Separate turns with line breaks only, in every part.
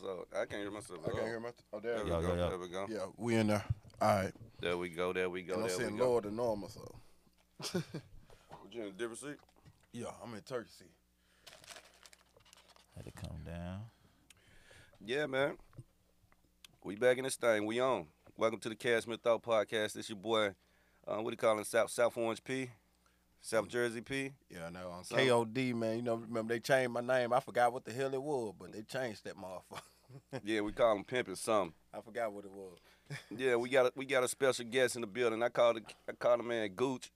So I can't hear myself.
I can't hear my. oh,
There
there we
we
go.
Yeah,
go.
yeah.
There we go.
Yeah, we in there. All right.
There we go. There we go.
And I'm
there we
sitting
go.
lower than normal, so.
You in a different seat?
Yeah, I'm in Turkey. seat.
Had to come down.
Yeah, man. We back in this thing. We on. Welcome to the Cashmere Thought Podcast. It's your boy. Uh, what do you call him? South South Orange P.
Mm.
South Jersey P.
Yeah, no, I'm
So-
KOD, man. You know, remember they changed my name. I forgot what the hell it was, but they changed that motherfucker.
Yeah, we call him pimping something.
I forgot what it was.
Yeah, we got a, we got a special guest in the building. I called the, I called the man Gooch,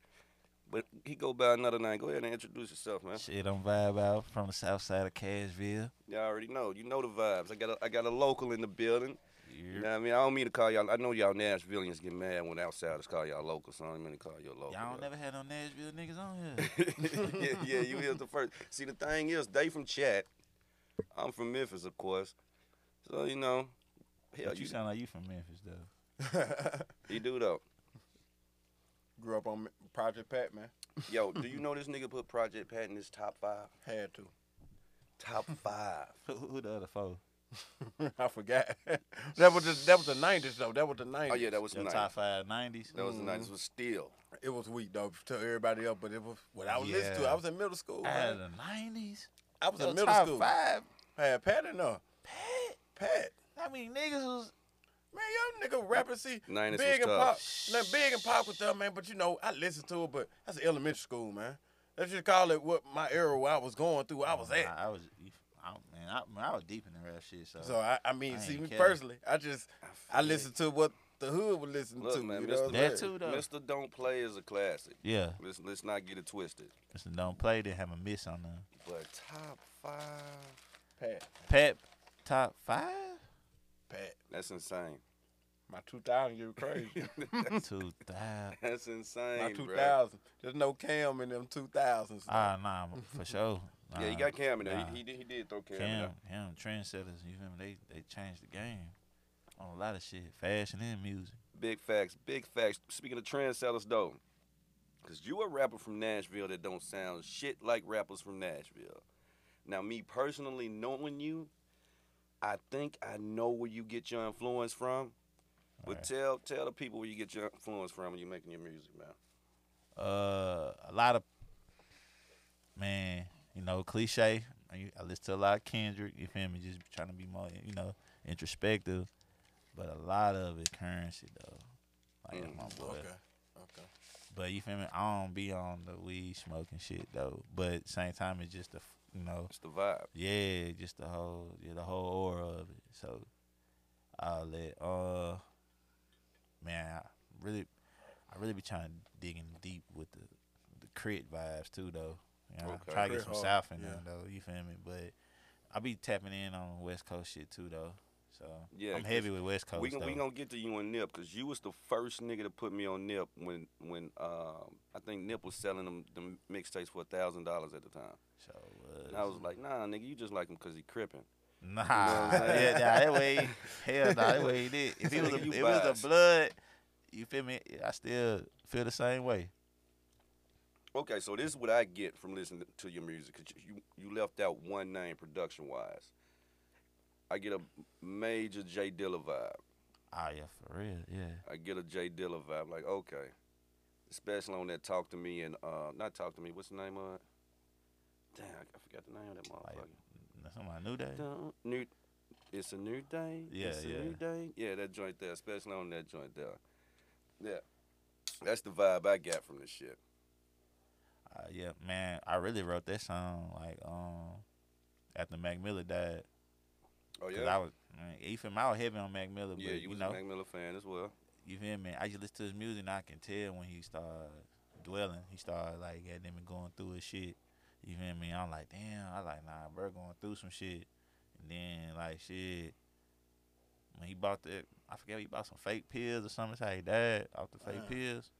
but he go by another name. Go ahead and introduce yourself, man.
Shit, I'm vibe out from the south side of Cashville.
Y'all already know. You know the vibes. I got a, I got a local in the building. You know what I mean? I don't mean to call y'all. I know y'all Nashvilleians get mad when outsiders call y'all local, so I don't mean to call you a local.
Y'all
but-
don't never had no Nashville niggas on here.
yeah, yeah, you is the first. See, the thing is, they from Chat. I'm from Memphis, of course. So you know, hell,
but
you,
you sound like you from Memphis though.
you do though.
Grew up on Project Pat, man.
Yo, do you know this nigga put Project Pat in his top five?
Had to.
Top five.
Who, who who the other four?
I forgot. that was the, that was the nineties though. That was the nineties.
Oh yeah, that was
Your
nice.
top Mm. five nineties.
That was nice. It was still.
it was weak though to everybody else, but it was what I was listening to.
Yeah.
I was in middle school.
Out
man.
of the nineties.
I was
Your
in middle
top
school.
five.
Had Pat in there.
Pat.
Pat.
I mean, niggas was.
Man, y'all nigga rapping see
Nineties
big
was
and pop.
tough.
Now, big and pop with them, man, but you know, I listened to it, but that's elementary school, man. Let's just call it what my era where I was going through, I was at.
I, I was. I, don't- man, I, man, I was deep in the rap shit. So,
So I, I mean,
I
see
ain't
me
care.
personally, I just I
feel it.
listened to what the hood would listen
Look,
to.
man,
you know
Mr.
what I'm
That
saying?
too, though.
Mr. Don't Play is a classic.
yeah,
Let's let's not get it twisted.
Mr. Don't Play didn't have a miss on them.
But top five.
Pat,
Pat, top five,
Pat,
That's insane.
my 2000, you crazy.
two thousand.
That's insane,
my
bruh.
2000, there's no Cam in them 2000s.
Ah, nah, for sure. Nah,
Yeah, you got Cam in there.
nah.
He, he, did, he did throw Cam, in
Cam,
there.
Cam, trendsetters. You feel me? They they changed the game on a lot of shit, fashion and music.
Big facts, big facts. Speaking of trendsetters, though, because you a rapper from Nashville that don't sound shit like rappers from Nashville. Now, me personally knowing you, I think I know where you get your influence from. But
Alright.
tell tell the people where you get your influence from when you're making your music, man.
Uh, a lot of man, you know, cliche. I, I listen to a lot of Kendrick. You feel me? Just trying to be more, you know, introspective. But a lot of it currency though. Like that's
Mm,
my boy.
Okay, okay.
But you feel me? I don't be on the weed smoking shit though. But same time, it's just the f- you know,
It's the vibe.
yeah, just the whole yeah, the whole aura of it. So I'll let uh man, I really I really be trying to dig in deep with the the crit vibes too though. You know,
Okay.
I try to
Crit
get some
hard,
south in
yeah.
there though, you feel me? But I be tapping in on West Coast shit too though. So
Yeah,
I'm heavy with West Coast
we
though.
gon' we gonna get to you and Nip because you was the first nigga to put me on Nip when when um, I think Nip was selling them, them mixtapes for thousand dollars at the time.
so
And I
uh,
was like, Nah, nigga, you just like him because he crippin.
Nah,
what I'm saying?
yeah, nah, that way, hell, nah, that way he did. If it was, a,
Nigga, you
if it was
biased.
a blood, you feel me? I still feel the same way.
Okay, so this is what I get from listening to your music. 'cause you you left out one name production wise. I get a major J Dilla vibe.
Oh yeah, for real, yeah.
I get a J Dilla vibe. Like okay, especially on that talk to me and uh not talk to me. What's the name of it? Damn, I forgot the name of that
Like,
motherfucker.
That's on my new day.
Don't- new, it's a new day.
Yeah,
it's a
yeah.
new day. Yeah, that joint there, especially on that joint there. Yeah, that's the vibe I got from this shit.
Uh, yeah, man, I really wrote that song like um after Mac Miller died.
Oh
'Cause
yeah,
I was, man, you feel me? I was heavy on Mac Miller,
yeah.
but
You
you,
was
know,
a Mac Miller fan as well.
you feel me? I just listen to his music and I can tell when he started dwelling. He started like at them and going through his shit. You feel me? I'm like, damn, I like nah, bro going through some shit. And then like shit. When he bought the I forget he bought some fake pills or something, that's how he died off the fake
Uh,
pills.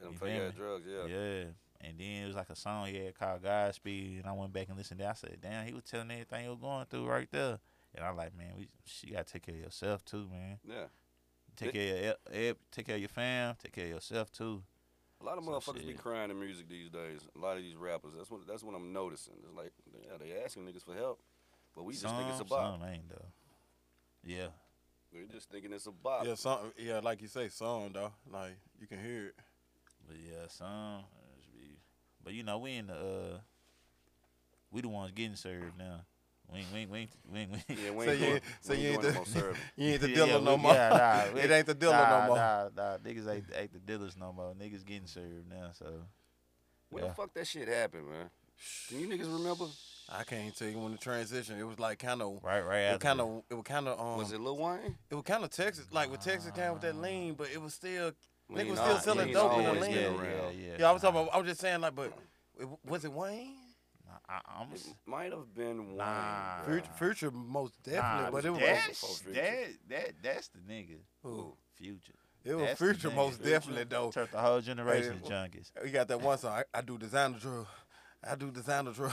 And them
You
fake
feel
ass
me?
drugs.
Yeah.
Yeah.
And then it was like a song he had called Godspeed and I went back and listened to it. I said, damn, he was telling everything he was going through right there. And I'm like, man, we she gotta take care of yourself too, man.
yeah.
Take care of e- e- take care of your fam, take care of yourself too.
A lot of
Some
motherfuckers be
shit.
crying in music these days. A lot of these rappers. That's what. That's what I'm noticing. It's like, yeah, they asking niggas for help, but we just think it's a bop.
Some ain't though. Yeah.
They're just thinking it's a bop.
Yeah, some yeah, like you say, some though. Like you can hear it.
But yeah, some. uh, should be- But you know, we in the uh, we the ones getting served now. We ain't, we ain't, we ain't, we ain't, we ain't.
Yeah, we
So
ain't
you-
doing,
so
we ain't
you ain't
doing
the-
no service.
You ain't the
Yeah,
dealer
yeah,
no
we-
more.
yeah, nah, we-
it ain't the dealer
nah,
no more.
Nah, nah, niggas ain't, ain't the dealers no more. Niggas getting served now, so
When
Yeah.
the fuck that shit happened, man? Can you niggas remember?
I can't tell you when the transition. It was like kind of,
right, right
it
after.
kind of, it was kind of, um,
was it Lil Wayne?
it was kind of Texas, like with Texas down with that lean, but it was still.
When
Nigga
he
was
not-
still selling
when he
dope in the
always
lean.
been
yeah, yeah,
around.
yeah.
Yeah, I was talking.
nah,
About, I was just saying, like, but it, was it Wayne?
nah, I, I'm
It might have been Wayne.
Nah.
bro.
Future, Future most definitely,
nah,
but it was
that's,
Future.
that, that, that's the nigga.
Who?
Future.
it was
That's the
Future
nigga.
most
Future.
definitely though.
Turned the whole generation
Hey,
of junkies.
We got that one song. I, I do designer drill. I do designer drill.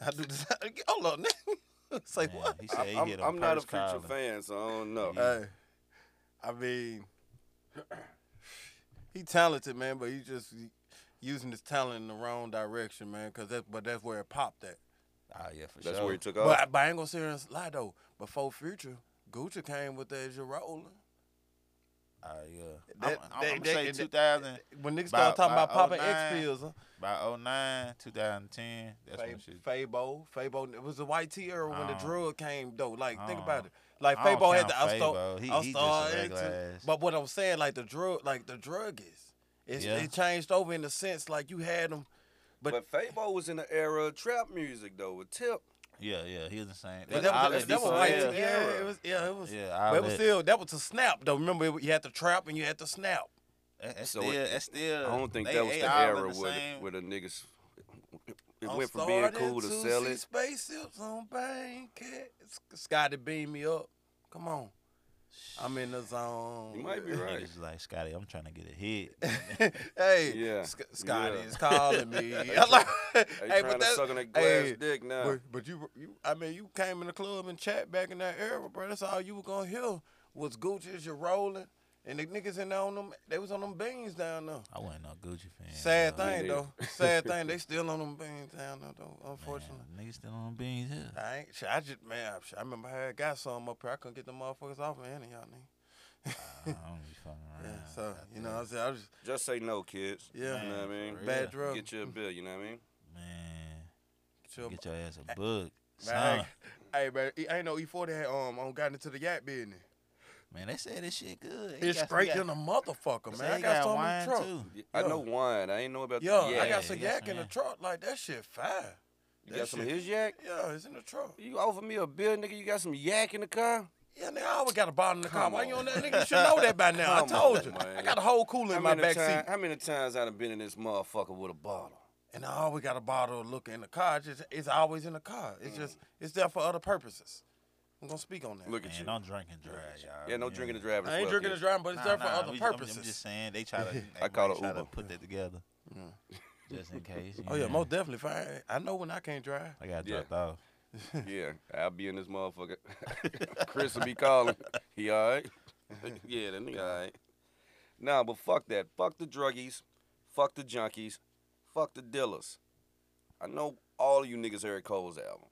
I do designer. Hold on, nigga. It's like
Man,
what?
He
I-
said he
I'm,
hit
I'm not a
purse
Future
collar.
fan, so I don't know.
Yeah.
Hey, I mean, he talented, man, but he just using his talent in the wrong direction, man. Cause that's but that's where it popped at.
Oh yeah, for
That's
sure.
where he took
But,
off.
I- but I ain't gonna say it's lie though. Before Future, Gucci came with that Girola.
Oh yeah.
That-
I'm, I'm,
that-
I'm
that-
say
that-
2000
When niggas
By-
started talking
by
about popping X
09,
pills, huh?
by 09, 2010. That's when shit.
Fa- Fabo, Fabo. It was the white T era when the
I don't-
drug came though. Like think
I
about
don't-
it. Like
Uh-huh. I don't
Fabo had
count
the I
Fabo.
start,
He-
I
he just a
started
regular
into-
ass.
But what I'm saying, like the drug, like the drug is, it's,
Yeah.
it changed over in the sense like you had them.
But, Fabo was in the era of trap music though with Tip.
Yeah, yeah, he was insane.
that
But
was-
that was,
Olive
that was
Disney
white
era.
T- yeah,
Yeah.
it was yeah, it was.
Yeah,
But
I
it was still that was a snap though. Remember, it, you had the trap and you had the snap.
That's
So
still.
it-
That's still.
I don't think
they-
that was
they
the
all in
era
the
where
same-
where the niggas it
I'm
went from being
starting
cool to
Oh, see
selling.
Spaceships on bank. Scotty beam me up. Come on, I'm in the zone.
You might be right.
Niggas like Scotty, I'm trying to get a hit.
hey,
Yeah,
Sc- Scotty
yeah.
is calling me. I'm like,
They
hey,
trying
but
to
that's,
suck on that glass
hey,
dick now.
but, but you, you, I mean, you came in the club and chat back in that era, bro. That's all you were gonna hear was Gucci's, you rolling, and the niggas in there on them, they was on them beans down there.
I wasn't no Gucci fan.
Sad
though.
thing
neither.
though, sad thing. They still on them beans down there though. Unfortunately.
Man, niggas still on beans here.
I ain't, shit, I just man, shit, I remember I had got some up here. I couldn't get the motherfuckers off of any of y'all niggas.
I don't be fucking
Yeah,
around.
so
out
you know,
there.
what I'm saying I was just
Just say no, kids.
yeah,
You know what I mean?
for
bad
real.
drug.
Get you a bill. You know what I mean?
man,
Chill,
get your ass a
man,
book. Son.
I ain't- hey, man, e- ain't no E40 had um on got into the yacht business.
Man, they say this shit good. He
It's
got- he
straight
got-
in the motherfucker,
say
man. I
he
got, some
wine
in the truck.
too.
Y- I
Yo.
know wine. I ain't know about
Yo,
the
I
yak.
got
Yeah,
some
he got
yak
some
in the
yak.
truck. Like that shit fire.
you
that
got some of
shit-
his yak?
Yeah, it's in the truck.
You offer me a bill, nigga. You got some yak in the car?
Yeah, nigga, I always got a bottle in the car.
Come
Why you
on.
on that nigga? You should know that by now. I
Come
told
on,
you. I
man.
got a whole cooler
How
in my
many,
back seat.
time, how many times I done been in this motherfucker with a bottle?
And I always got a bottle of liquor in the car. It's just it's always in the car. It's just it's there for other purposes. I'm gonna speak on that.
Look at
Man,
you.
don't drink and drive, y'all.
yeah, no drinking and driving.
I ain't drinking and driving, but it's
Nah,
there for
nah,
other
we ju- I'm-
purposes.
I'm, just saying they try to. they
I call
might
it
try to
Uber.
put that together,
Yeah.
just in case. you
Oh yeah,
know.
most definitely. If I, I know when I can't drive.
I got
Yeah.
dropped off.
Yeah, I'll be in this motherfucker. Chris will be calling. He all right? yeah, that nigga all right. Nah, but fuck that. Fuck the druggies. Fuck the junkies. Fuck the dealers. I know all of you niggas heard Cole's album.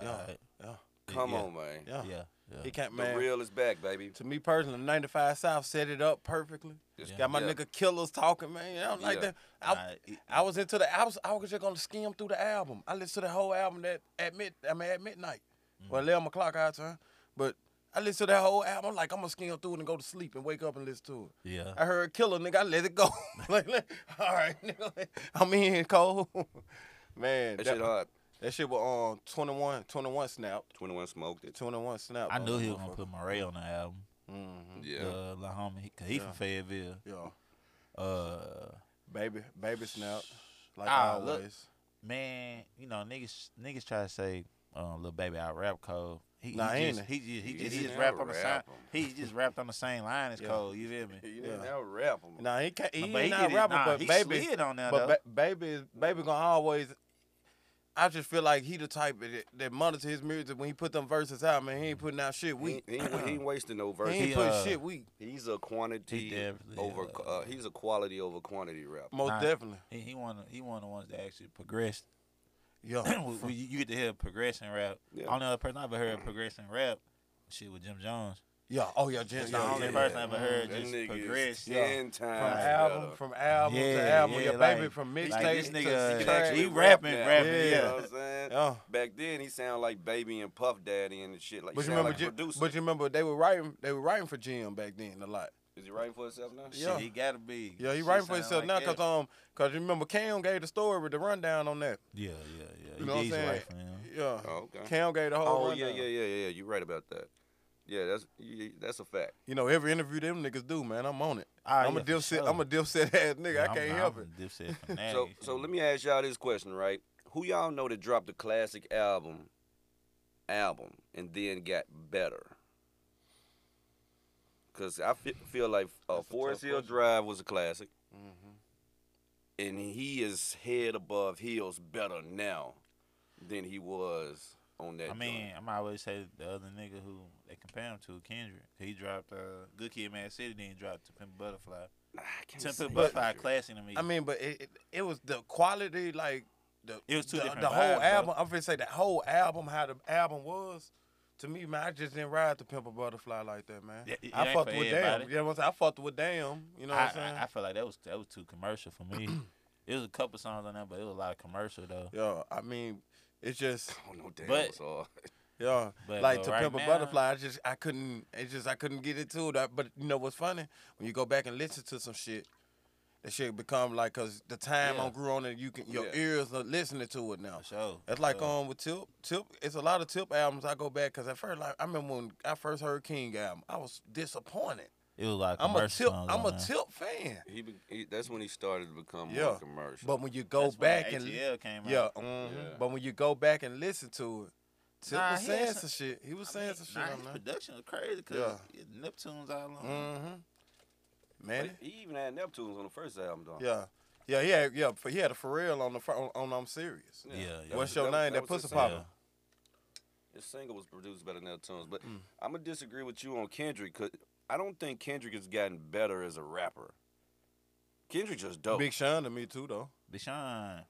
Yeah.
Alright.
Yeah.
Come
Uh, yeah.
on, man.
Yeah.
Yeah, yeah.
He can't
The
man.
real is back, baby.
to me personally, 95 South set it up perfectly.
It's-
Yeah.
Got my
yeah.
nigga killers talking, man. You know, like
Yeah.
that. I,
Nah, it-
I was into the I was I was just gonna skim through the album. I listened to the whole album that at mid I mean at midnight.
Mm-hmm.
Well, eleven o'clock our time. But I listened to that whole album. I'm like, I'm gonna skim through it and go to sleep and wake up and listen to it.
yeah.
I heard killer, nigga, I let it go. like, like, all right, nigga. I'm in cold.
That
man, that,
shit uh, hard.
that shit was um 21, 21 snapped.
21 smoked it.
21 snapped.
I knew he was gonna put Murray on the album.
Mm-hmm.
Yeah.
Uh, La Homie, he, 'cause he
Yeah.
from Fayetteville.
Yeah.
Uh,
Baby, baby snapped. Like
Ah,
always.
look. man, you know niggas, niggas try to say, uh, "Little baby, I rap code." He,
Nah, he
he,
ain't
just,
it.
he just, he
He
just, he
didn't
just rapped
ever
on the same.
rap him.
He just rapped on the same line as
Yeah.
Cole. You feel me?
You
Yeah.
didn't have a rap 'em.
Nah, he can't. He,
But
ain't
he
not a
did it-
rapper,
nah,
but
he
baby,
slid on there
But
though.
ba- baby, is- baby gonna always. I just feel like he the type that, that monitor his music when he put them verses out. Man, he ain't putting out shit
He,
weak.
he, ain't- he ain't wasting no
He
verse.
ain't
he,
putting
uh,
shit weak.
he's a quantity
He definitely,
over.
uh,
Uh, he's a quality over quantity rapper.
Most
Nah.
definitely.
He, he one, of- he one of the ones that actually progressed.
Yeah.
When you, you get to hear progression rap.
Yeah.
Only other person I ever heard progression rap, was shit with Jim Jones.
Yeah. Oh yeah, Jim.
That's
yeah,
the only
yeah,
person
yeah.
I ever heard
That
just
nigga is
progress.
yeah.
ten
From
times
album,
better.
from album to
Yeah,
album,
yeah,
your
like-
baby from mixtape.
like this
to
nigga- uh,
He
Yeah,
track.
actually
he rapping,
now,
rapping,
You
yeah.
know what I'm saying?
Yeah.
Back then, he sounded like Baby and Puff Daddy and shit. Like,
But
he
you
sound
remember,
like a
Jim-
producer.
but you remember they were writing, they were writing for Jim back then a lot.
is he writing for himself now?
Shit,
Yeah.
he gotta be.
Yeah, he
Shit
writing for
sound
himself
like
now
that.
because um, cause you remember Cam gave the story with the rundown on that.
Yeah, yeah, yeah.
You know what I'm
He's
saying?
right, man.
Yeah,
Oh, okay.
Cam gave the whole.
Oh, yeah,
rundown.
yeah, yeah, yeah. You're right about that. Yeah, that's yeah, that's a fact.
You know every interview them niggas do, man. I'm on it.
Ah,
I'm
yeah,
a
for
dipset.
sure.
I'm a dipset ass nigga. I
I'm-
can't
I'm
help
a
it.
Dipset fanatic.
So, so let me ask y'all this question, right? Who y'all know that dropped the classic album, album, and then got better? Cause I fe- feel like uh,
That's a tough
Forest Hill
question.
Drive was a classic,
Mm-hmm.
and he is head above heels better now than he was on that.
I mean,
joint.
I'm always say the other nigga who they compare him to, Kendrick. He dropped uh, Good Kid, Mad City, then he dropped To Pimp a Butterfly.
Nah, I can't
To
say
Pimp a Butterfly,
Kendrick.
classic to me.
I mean, but it, it it was the quality, like the
It was two
the,
different
the
vibes,
whole
though.
album. I'm gonna say the whole album, how the album was. To me, man, I just didn't ride the Pimple Butterfly like that, man.
Yeah, it- it
I
ain't
fucked
for
with damn.
everybody.
You know what I'm saying? I fucked with damn. You know what
I,
I'm saying?
I, I feel like that was that was too commercial for me. it was a couple songs on there, but it was a lot of commercial though.
Yeah, I mean, it's just
I don't know, Oh, damn,
But-
it's hard.
yeah,
But,
like
but
to
right
pimp a
now-
butterfly. I just I couldn't. It's just I couldn't get into it. I- But you know what's funny? When you go back and listen to some shit, that shit become like because the time
Yeah.
I grew on it, you can your
Yeah.
ears are listening to it now.
For sure.
It's like
So,
um with Tip. Tip. It's a lot of Tip albums. I go back because at first, like I remember when I first heard King album, I was disappointed.
it was a lot of
I'm a
commercial
Tip.
songs
I'm
on
a
there.
Tip fan.
He, be, he that's when he started to become
Yeah,
more commercial.
But when you go
That's when
back
the
and
ATL came out.
yeah, mhm.
Yeah.
but when you go back and listen to it, Tip
Nah,
was
he had
saying some
some-
shit. He was
I
saying
mean,
some shit.
nah,
on
his
there.
production was crazy because Neptune's all on.
Mm-hmm. Man,
But he even had Neptunes on the first album, though.
yeah, yeah, he had yeah, f- he had a Pharrell on the fir- on, on I'm serious.
Yeah, yeah.
That was-
What's your name? That
was
pussy
his single.
popper.
This single was produced by the Neptunes, but I'm gonna disagree with you on Kendrick. Cause I don't think Kendrick has gotten better as a rapper. Kendrick just dope.
Big Sean to me too though.
Deshaun,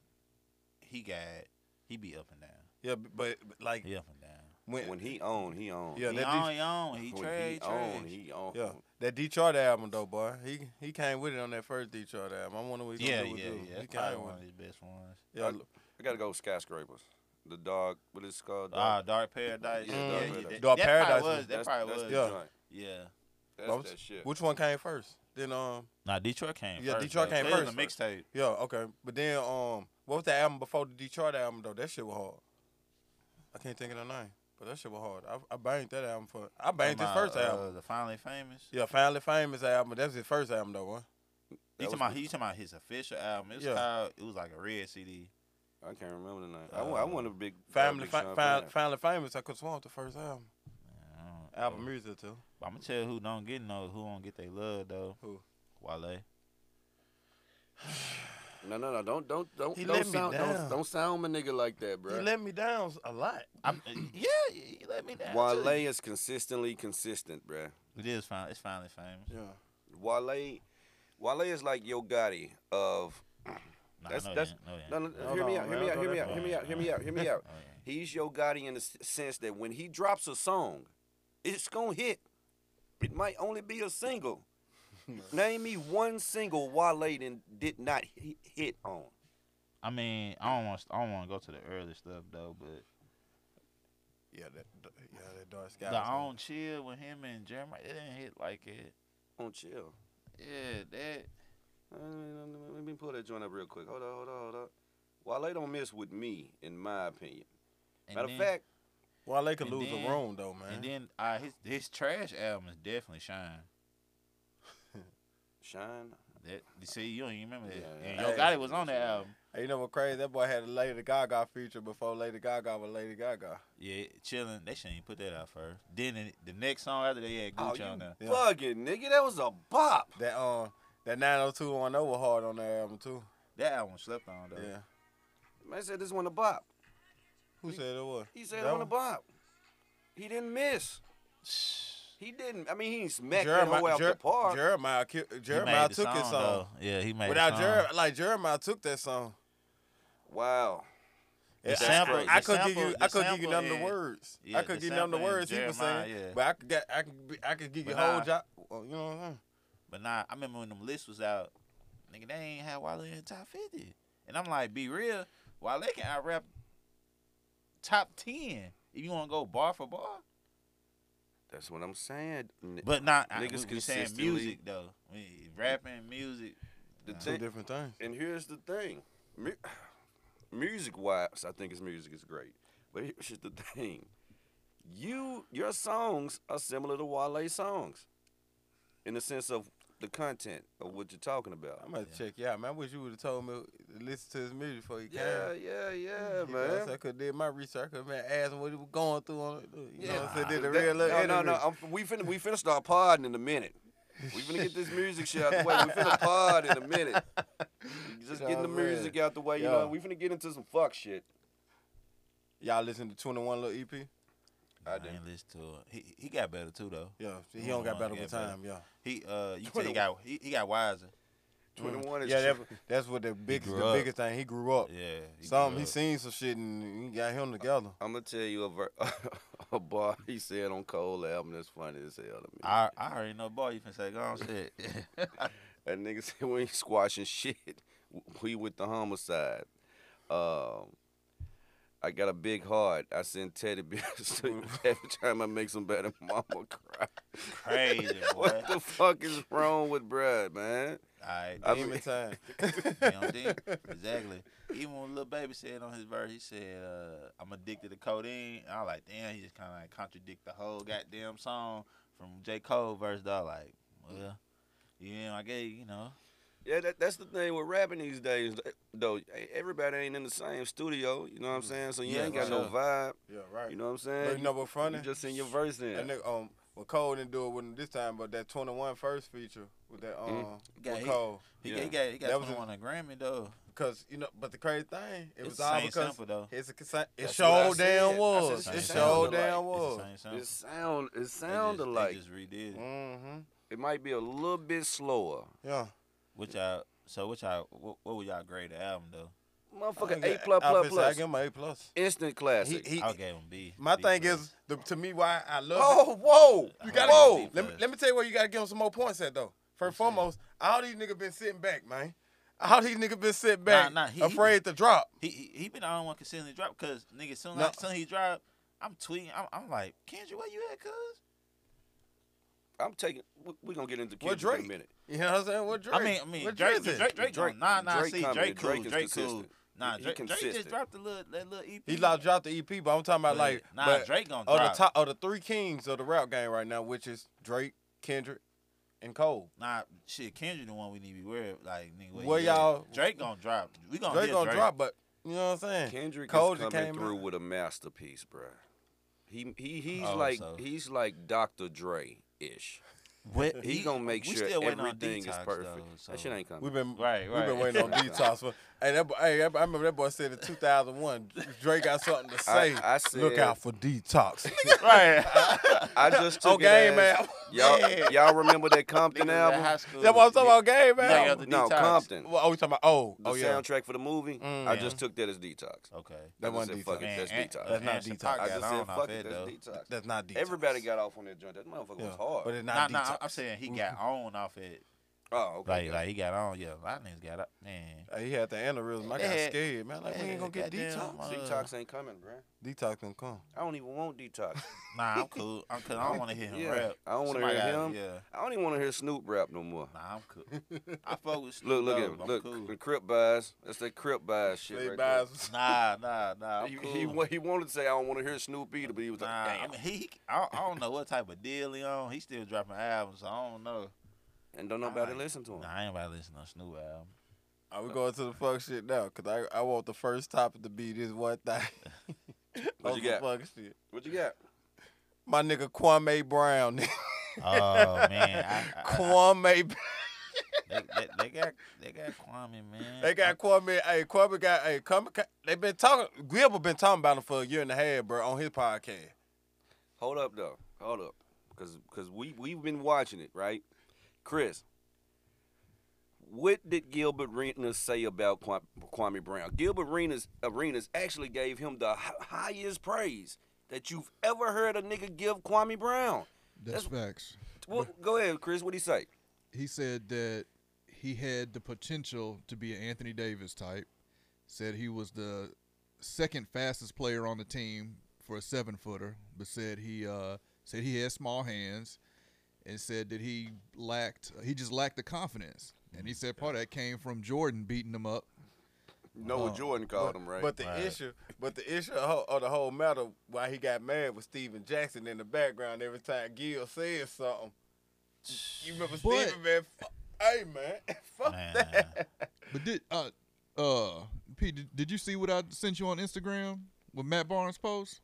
he got he be up and down.
Yeah, b- but, but like
He up and down.
when,
when he own, he own.
Yeah,
he
that
on,
Des-
he on, he
when
trade,
he own,
trade.
he own.
yeah that Detroit album though, boy, he he came with it on that first Detroit album. I wonder what he
Yeah,
gonna do
yeah,
with
yeah.
it. He
That's probably
came
one of
with it.
his best ones.
Yeah,
I- I gotta go with skyscrapers. The dog, what is it called?
Ah,
Dog?
Dark Paradise.
Yeah,
Yeah,
Dark Paradise.
Dark
yeah, that- that
Paradise
Probably was,
was-
that
that's,
probably
that's
was.
the
Yeah.
joint.
Yeah.
That's
Well, I'm
that
s-
shit.
which one came first? Then um
Nah, Detroit came
Yeah,
first.
Detroit
though.
came
It was a
first.
mixtape.
yeah okay, but then um what was the album before the Detroit album though? That shit was hard. I can't think of the name, but that shit was hard. I, I banged that album for I banged his
Talking
first
about,
album.
uh, The Finally Famous.
Yeah, Finally Famous album. That's his first album though, huh?
That
He talking,
was
about, he talking about his official album. It was
Yeah.
called, it was like a red CD.
I can't remember the name. I,
Uh,
want, I want a big uh,
Family
Big
Fa-
Sean
Fa-
fan.
Finally Famous. I could swear it was the first album. Album music too.
I'm gonna tell you who don't get no, who don't get their love though.
Who?
Wale.
No, no, no! Don't, don't, don't,
He
don't
let me
sound, don't,
down.
don't sound my nigga like that, bro.
He let me down a lot.
I'm, uh, yeah, you let me down. too.
Wale is consistently consistent, bruh.
It is finally, it's finally famous.
Yeah.
Wale, Wale is like Yo Gotti of.
Nah,
That's-
no, it
that's-
ain't. no, it ain't.
No, no,
Hold
hear me
on,
out, hear
man,
me out,
hold
hear me
on.
out, hear me out, hear me out, hear me out.
Oh, yeah.
He's Yo Gotti in the s- sense that when he drops a song, it's gonna hit. It might only be a single. Name me one single Wale then did not hi- hit on.
I mean, I don't want, I don't want to go to the early stuff though, but
Yeah, that yeah, that dark sky.
the on chill with him and Jeremiah, it didn't hit like it.
On chill.
Yeah, that.
Uh, Let me pull that joint up real quick. Hold on, hold on, hold on. Wale don't miss with me, in my opinion.
and
Matter of
then-
fact,
Well, they could
And
lose
then-
a room though, man.
and then uh, his his trash album is definitely Shine.
Shine.
That you see, you don't even remember that.
Yeah,
and
yeah.
Yo
Hey.
Gotti was on that
Yeah.
album.
Hey, you know what crazy? That boy had a Lady Gaga feature before Lady Gaga was Lady Gaga.
Yeah, chilling. They shouldn't even put that out first. Then in, the next song after they
Oh,
had Gucci on there.
Yeah.
Bugging, nigga. That was a bop.
That um that 90210 was hard on that album too.
That album slept on though.
Yeah.
Man said this one a bop.
Who said it was?
He said
That
it on the
one?
bop. He didn't miss. He didn't. I mean, he smacked that hoe
Jeremiah,
out
Jer-
the park.
Jeremiah, ki-
He made
Jeremiah
the
took his song.
though. Yeah, he made the
Without
song.
Jeremiah, like Jeremiah took that song.
wow.
And
That's
I,
great.
I
The
could
sample-
give you,
the
I could give you
sample
none of the
is-
words.
yeah,
I could
the
give you none of the
sample is
words he was
Jeremiah,
saying,
yeah.
but I could, get, I could, be, I could give you
But
whole
nah.
job. Well, you know what I'm saying?
But nah, I remember when them lists was out, nigga, they ain't had Wale in the top fifty, and I'm like, be real, Wale can out rap top ten if you want to go bar for bar.
That's what I'm saying. N-
But not
Niggas
niggas we, we saying
consistently-
music though, we, rapping music.
The
nah.
thing-
Two different things.
and here's the thing, music wise, I think his music is great. But here's the thing, you your songs are similar to Wale's songs, in the sense of the content of what you're talking
I
about.
might
Yeah.
check you out, man. I wish you would have told me to listen to his music before he
Yeah,
came.
yeah, yeah,
You know what I'm saying? I
man.
could have did my research. I could have been asking what he was going through. On, it. you know what I'm saying? Did the
That-
real
no,
little
no, no.
interview.
I'm, we finna we finna start podding in a minute. We finna get this music shit out the way. We finna pod in a minute. Just getting
know
the
what I'm saying?
music out the way. You
Yeah.
know, we finna get into some fuck shit.
Y'all listen to 21 Little E EP?
I
I
didn't.
didn't listen to him. He he got better too though.
Yeah, see, he don't got
21
better with
got better.
time. Yeah,
He uh you said he got he, he got wiser.
Twenty one is
Mm-hmm. yeah, that's, that's what the biggest,
grew
the
up.
biggest thing. He grew up.
Yeah. He
Some
grew
he
up.
seen some shit and he got him
Uh,
together.
I'm gonna tell you a, ver- a bar he said on Cole album that's funny as hell to me.
I I already know boy you finna say go on shit.
that nigga said we ain't squashing shit. We with the homicide. Um, I got a big heart. I send teddy bears to you every time I make some bad mama cry.
Crazy boy.
What the fuck is wrong with Brad, man?
Alright.
I
Demon
mean-
time.
You know what I'm saying? Exactly. Even when Lil Baby said on his verse, he said, uh, I'm addicted to codeine. And I was like, damn, he just kind of like contradict the whole goddamn song from J. Cole verse, dog. Like, well, yeah, I guess, you know.
Yeah, that, that's the thing with rapping these days, eh, though. Everybody ain't in the same studio, you know
Mm.
what I'm saying? So you
Yeah,
ain't got
for
no
sure.
vibe,
yeah, right.
you know what I'm
but
saying?
you know what's funny?
you just send your verse in.
That nigga, um, well, Cole didn't do it with him this time, but that 21 first feature with that um,
Mhm.
Yeah,
with
he-
Cole,
He,
Yeah.
got, he got, he got
That was
21 a Grammy, though.
because you know. But the crazy thing, it
It's
was
the
all
same
because
sample, though.
it's a consi- it
That's what I
showed damn
said.
was,
That's
what
it
it
showed
sounded
damn
like.
was.
It's the same
It
song.
sound it sounded
they just,
like
They just redid it.
Mm-hmm.
it might be a little bit slower.
Yeah.
Which I, so which I, what, what would y'all grade the album, though?
Motherfucker,
I
A
give-
plus
I
plus
feel like Uh, I
plus,
give him an A plus.
instant classic.
He, he,
I gave him B.
my
B
thing
plus.
is, the, to me, why I love. it-
oh, whoa!
You
gotta-
whoa!
Let me, let me tell you where you gotta give him some more points at though. First
I'm saying.
foremost, all these niggas been sitting back, man. All these niggas been sitting back,
Nah, nah, he- he-
afraid to drop.
He he, he been the only one consistently drop because nigga soon
No.
like soon he drop, I'm tweeting. I'm, I'm like Kendrick, where you at, cuz?
I'm taking. We're we gonna get into
What
Kendrick in
Drake?
a minute.
You know what I'm saying? What Drake?
I mean I mean
what
Drake
Drizzy?
Drake Drake,
Drake-
nah nah
Drake
see
coming
Drake
in,
cool
Drake is
Drake cool
consistent.
nah
He- he
Drake, Drake just
consistent.
dropped the little that little EP.
He like dropped the EP, but I'm talking about
But,
like
nah
but
Drake gonna
of
drop.
the top of the three kings of the rap game right now, which is Drake, Kendrick, and Cole.
Nah shit Kendrick the one we need to be aware of. like nigga where
Where
you at?
y'all-
Drake gonna drop we gonna
Drake
hear
gonna
Oh, Drake.
drop, but you know what I'm saying?
Kendrick
Cole
is
just
coming
came
through
out.
with a masterpiece, bruh. He he he's
Oh,
like
so-
he's like Dr. Dre ish.
What-
He gonna make
we
sure
still waiting on
everything is
Detox,
perfect.
though, so-
That shit ain't coming.
We've been
Right,
We've been
right.
waiting on
Right.
detox for. Hey, that, boy- hey, I remember that boy said in 2001, Drake got something to
I,
say.
I said,
Look out for detox.
right.
I just took
Okay,
it
Oh, man.
as, Y'all,
Yeah.
y'all remember that Compton
Nigga, high
album?
school.
That's what I'm talking about, gay
Yeah, yeah.
man.
The
No,
Detox.
Compton.
Well, oh, we talking about oh,
the
oh yeah,
soundtrack for the movie.
Mm.
I
Yeah.
just took that as detox.
Okay.
That
I just
wasn't
said,
detox.
fuck it, that's
and-
detox.
and
That's not detox.
Tupac
I
got
just said,
on off
fuck it, that's
though.
detox.
that's not detox.
Everybody got off on that joint. That motherfucker
yeah.
was hard.
but it's
Nah,
not
nah,
detox.
I'm saying he got on off it.
oh, okay.
Mm-hmm. Like,
yeah.
like he got on. Yeah, a lot of niggas got up. Man,
Hey, he had the aneurysm. I got
Yeah.
scared, man. Like we ain't gonna get
Yeah,
detox.
goddamn.
detox ain't coming, bruh.
Detox didn't come.
I don't even want detox.
nah, I'm cool. I'm cool. I don't want to hear him
Yeah,
rap.
I don't wanna
Somebody
hear
gotta-
him.
Yeah,
I don't even want to hear Snoop rap no more.
nah, I'm cool. I fuck with
Look,
Snoop
look at
Dogg,
him.
I'm
Look,
cool.
the Crip Bias. That's that Crip Bias shit.
They
right there.
buys-
Nah, nah, nah. I'm
He,
cool.
he, wa- he wanted to say, I don't want to hear Snoop either, but he was
nah,
like,
I
damn.
mean, he. I, don't- I don't know what type of deal he on. He still dropping albums. So I don't know.
and don't nobody
like-
listen to him.
Nah, I ain't about to listen to Snoop album.
Are we going to the fuck shit now? Cause I, I want the first topic to be this one thing.
What
On
you
some
got?
Fuck shit.
What you got?
My nigga Kwame Brown.
Oh man, I, I, I,
Kwame.
they, they, they got they got Kwame man.
They got Kwame. Hey, Kwame got. Hey, Kwame. got- They been talking. Gilbert been talking about him for a year and a half, bro, on his podcast.
Hold up, though. Hold up. Because we, we've been watching it, right? Chris, What did Gilbert Arenas say about Kwa- Kwame Brown? Gilbert Arenas, Arenas actually gave him the hi- highest praise that you've ever heard a nigga give Kwame Brown.
That's
That's-
facts.
Well, go ahead, Chris. What would he say?
He said that he had the potential to be an Anthony Davis type. Said he was the second fastest player on the team for a seven footer, but said he uh, said he had small hands, and said that he lacked uh, he just lacked the confidence. And he said part of that came from Jordan beating him up.
Noah
Uh,
Jordan called him, right?
But the
Right.
issue, but the issue of, ho- of the whole matter, why he got mad with Steven Jackson in the background every time Gil says something. You remember
But-
Steven, man? F- hey, man, fuck that.
But did uh uh Pete, did, did you see what I sent you on Instagram with Matt Barnes' post?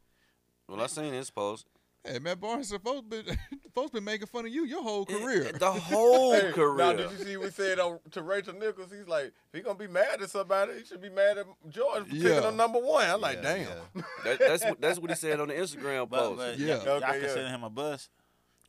well, I seen his post.
Hey, Matt Barnes, the folks been folks been making fun of you your whole career.
The whole
Hey,
career.
Now, did you see we said on, to Rachel Nichols? He's like, if he gonna be mad at somebody, he should be mad at Jordan for
Yeah.
picking on number one. I'm like,
Yeah,
damn.
yeah.
That, that's what that's what he said on the Instagram
But,
post.
but
Yeah.
yeah, y'all, y'all
Okay, yeah.
consider him a bust.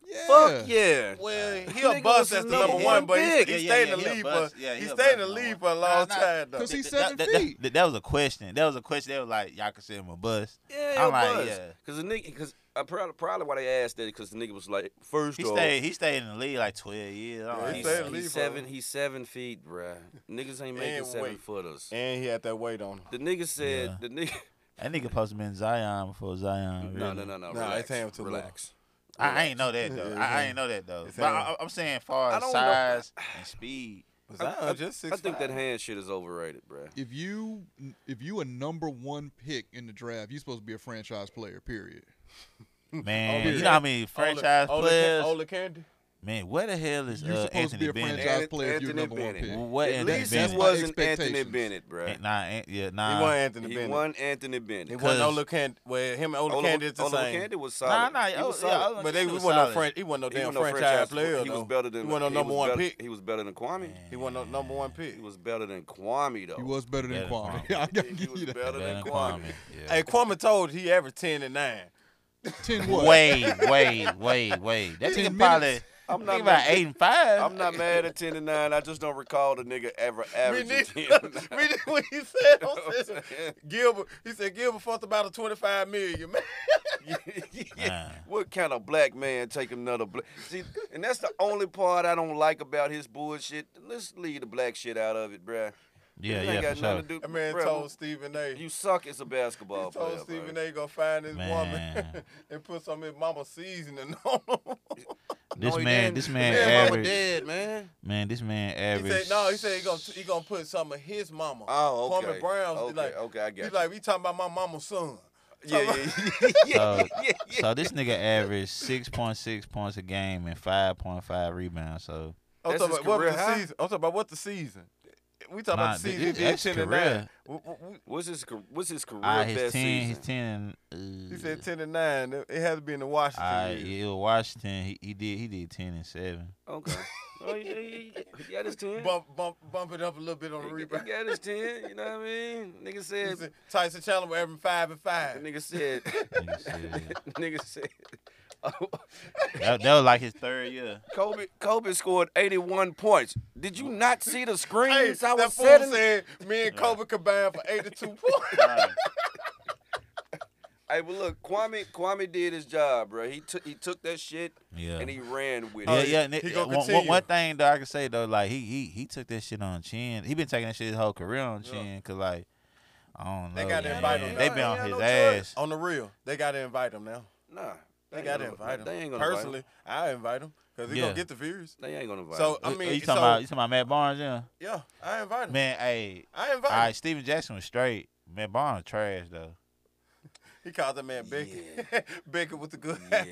yeah.
Fuck yeah.
Well, he
Nigga
a bust
was
as
his
the number
number
one,
one
but he,
pick.
he
Yeah, yeah,
stayed in
yeah,
the
he a
league for
bust. Yeah,
he
he a
stayed in
bust
the
number
league for
one.
a long
Nah, nah.
time though.
'Cause he's
Th- th-
seven
that,
feet.
That, that, that was a question. That was a question. They were like, y'all consider him a bust.
Yeah,
I'm like,
it was.
yeah.
Cause the nigga, cause I probably probably why they asked that, because the nigga was like, first
He
off,
stayed. He stayed in the league like 12 years. I'm
Yeah,
like,
he
he's,
stayed in the
he's
league, bro.
seven, he's seven feet, bruh. Niggas ain't making
And
seven
weight.
footers.
And he had that weight on him.
The nigga said,
Yeah.
the nigga,
That nigga supposed to been Zion before Zion.
no,
really.
no, no, no,
Nah,
relax,
it's him too little.
relax.
I, I ain't know that though. I, I ain't know that though.
It's
But I,
him.
I'm saying, far
I
as
don't know.
size and speed,
Was I, just six
I think that hand shit is overrated, bruh.
If you if you a number one pick in the draft, you supposed to be a franchise player. Period.
man,
Only-
you know how many franchise players?
Ola Candy.
man, where the hell is
You
uh,
supposed
Anthony
to be a
Bennett?
franchise player if you're
Anthony
number one
Bennett.
pick.
What
At
Anthony
least he
Bennett?
my was-
wasn't Anthony
expectations.
Bennett, bruh.
Nah, An- yeah, nah.
He won Anthony
He
Bennett.
won Anthony
It
Bennett.
won-
wasn't
Uh, Cause-
Ola Candy. Well, him and Ola,
Ola
Candy is the
Ola
same.
Candy was
Nah,
solid.
nah,
He
oh,
was
yeah,
solid.
Ola
But
Candy
they, we
was
wasn't no
solid.
French. He wasn't no
He
damn
was no
franchise, player.
He was
though.
better than
He wasn't no
he
number
was
one
better-
pick.
He was better than Kwame.
He wasn't no number one pick.
He was better than Kwame though.
Oh,
He was better than
Better than
Kwame.
Kwame.
I gotta
He
give
was
you that.
better than
Bennett
Kwame.
Kwame, yeah.
Hey, Kwame told he averaged ten and nine.
Ten what?
Way, way, way, way. That
Ten
nigga probably.
minutes.
I'm
think
not
about
mad.
eight and five.
I'm not mad at ten and nine. I just don't recall the nigga ever
We
averaging
did.
ten.
we
and nine.
did what he said.
You know what I'm
I'm saying,
saying?
Gilbert. He said Gilbert fucked about a twenty-five million man.
Yeah.
Nah.
What kind of black man take another black? See, and that's the only part I don't like about his bullshit. Let's leave the black shit out of it, bruh.
Yeah,
It
yeah,
ain't
for
got nothing
sure.
to do.
That man
bruh,
told Stephen A.
you suck as a
He
basketball
told
player.
Stephen
bruh.
A. go find his woman
Man.
and put some of his mama seasoning on him.
This
No, he
man,
didn't.
this
His
man
man mama
average.
dead, man.
Man, this man
He
average.
said no. He said he gonna he gonna put some of his mama.
Oh, okay.
Kwame Brown's
Okay,
like
okay, I
He
got you.
like we talking about my mama's son.
yeah, yeah, yeah,
So,
yeah, yeah.
so this nigga averaged six point six points a game and five point five rebounds. So
I'm
That's
talking
his
about what
career
the
high?
season. I'm talking about what the season. We talking
Nah,
about the
th-
season. He
th-
did
that's
ten and
career.
nine. W- w-
What's his ca- What's his career
I
best
Ah, his ten,
season?
his ten. Uh,
He said ten and nine. It it had to be in the Washington.
I
years.
yeah, Washington. He, he did he did ten and seven.
Okay. oh, yeah, yeah, yeah. He got his ten.
Bump, bump, bump it up a little bit on
He
the
got- he
rebound.
got his ten. You know what I mean? Nigga
He
said.
said Tyson Chandler were having five and
the
five.
nigga said.
Nigga said-
nigga said.
that, that was like his third year.
Kobe Kobe scored 81 points. Did you not see the
Hey,
screens I
that
was
fool
setting?
said me and Kobe combined for eighty-two points.
Right.
Hey, but look, Kwame Kwame did his job, bro. He took he took that shit
Yeah.
and he ran with
Yeah,
it.
yeah. and
Oh, he
it-
gonna
one- one,
continue.
one thing though I can say though, like he he he took that shit on chin. He been taking that shit his whole career on
Yeah.
chin, cause like I don't
They
know.
gotta
man.
invite him
They
back.
been on
He
his
ain't had no
ass.
on the real, they gotta invite him now.
Nah.
They
ain't
gotta
gonna-
invite him.
They ain't gonna invite
Personally,
him.
I invite him because he
Yeah.
gonna get the views.
They ain't gonna invite
So,
him.
I
Uh,
mean,
you talking
so-
about you talking about Matt Barnes? Yeah,
Yeah, I invite him.
man. Hey,
I invite
all
him.
right. Steven Jackson was straight. Matt Barnes trash though.
He called that man Beckett. Beckett with the good.
yeah.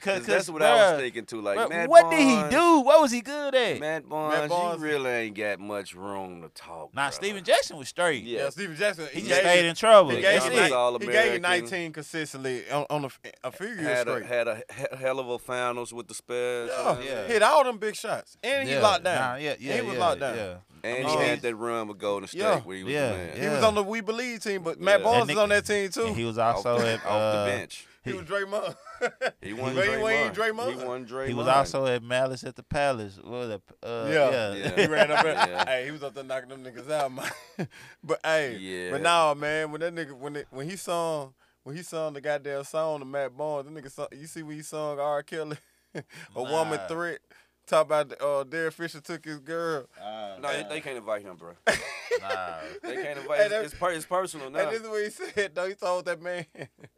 Cause, that's what I
bruh,
was thinking too. Like,
bruh,
Matt
what did he
Barnes,
do? What was he good at?
Matt Barnes,
Barnes-
you really ain't got much room to talk.
nah,
brother.
Steven Jackson was straight.
Yeah.
Yeah, Steven Jackson.
He, just
gave
stayed
you-
in trouble.
Yeah,
He gave,
That's
you
he
it.
was all
nine, he gave you
American.
19 consistently on, on a, a few years
had a,
straight.
had a he- hell of a finals with the Spurs. you know
yeah.
what I
Yeah.
mean?
hit all them big shots, and he
Yeah,
locked down.
Nah, yeah, yeah,
he was
yeah,
locked down.
Yeah.
And
Oh.
he had that run with Golden State
Yeah.
where he was
Yeah.
the man.
He was
Yeah.
on the We Believe team, but Matt
Yeah.
Barnes
That
is on
nigga-
that team too.
And he was
Off
also
the-
at
off the
uh,
bench.
He was Draymond.
He won
But he
Draymond.
wasn't Draymond.
He won Draymond.
He was also at Malice at the Palace. What was that? Uh, yeah.
Yeah.
Yeah.
he ran up there.
Yeah.
Hey, he was up there knocking them niggas out, man. but hey,
Yeah.
but now, man, when that nigga when it, when he sung when he sung the goddamn song to Matt Barnes, that nigga sung, you see when he sung R. Kelly, a woman
Nah.
threat. Talk about uh, Derek Fisher took his girl.
No, they- they can't invite him, bro.
nah.
They can't
Hey,
invite. him.
that-
It's, per- it's personal
And
now.
this is what he said though. He told that man,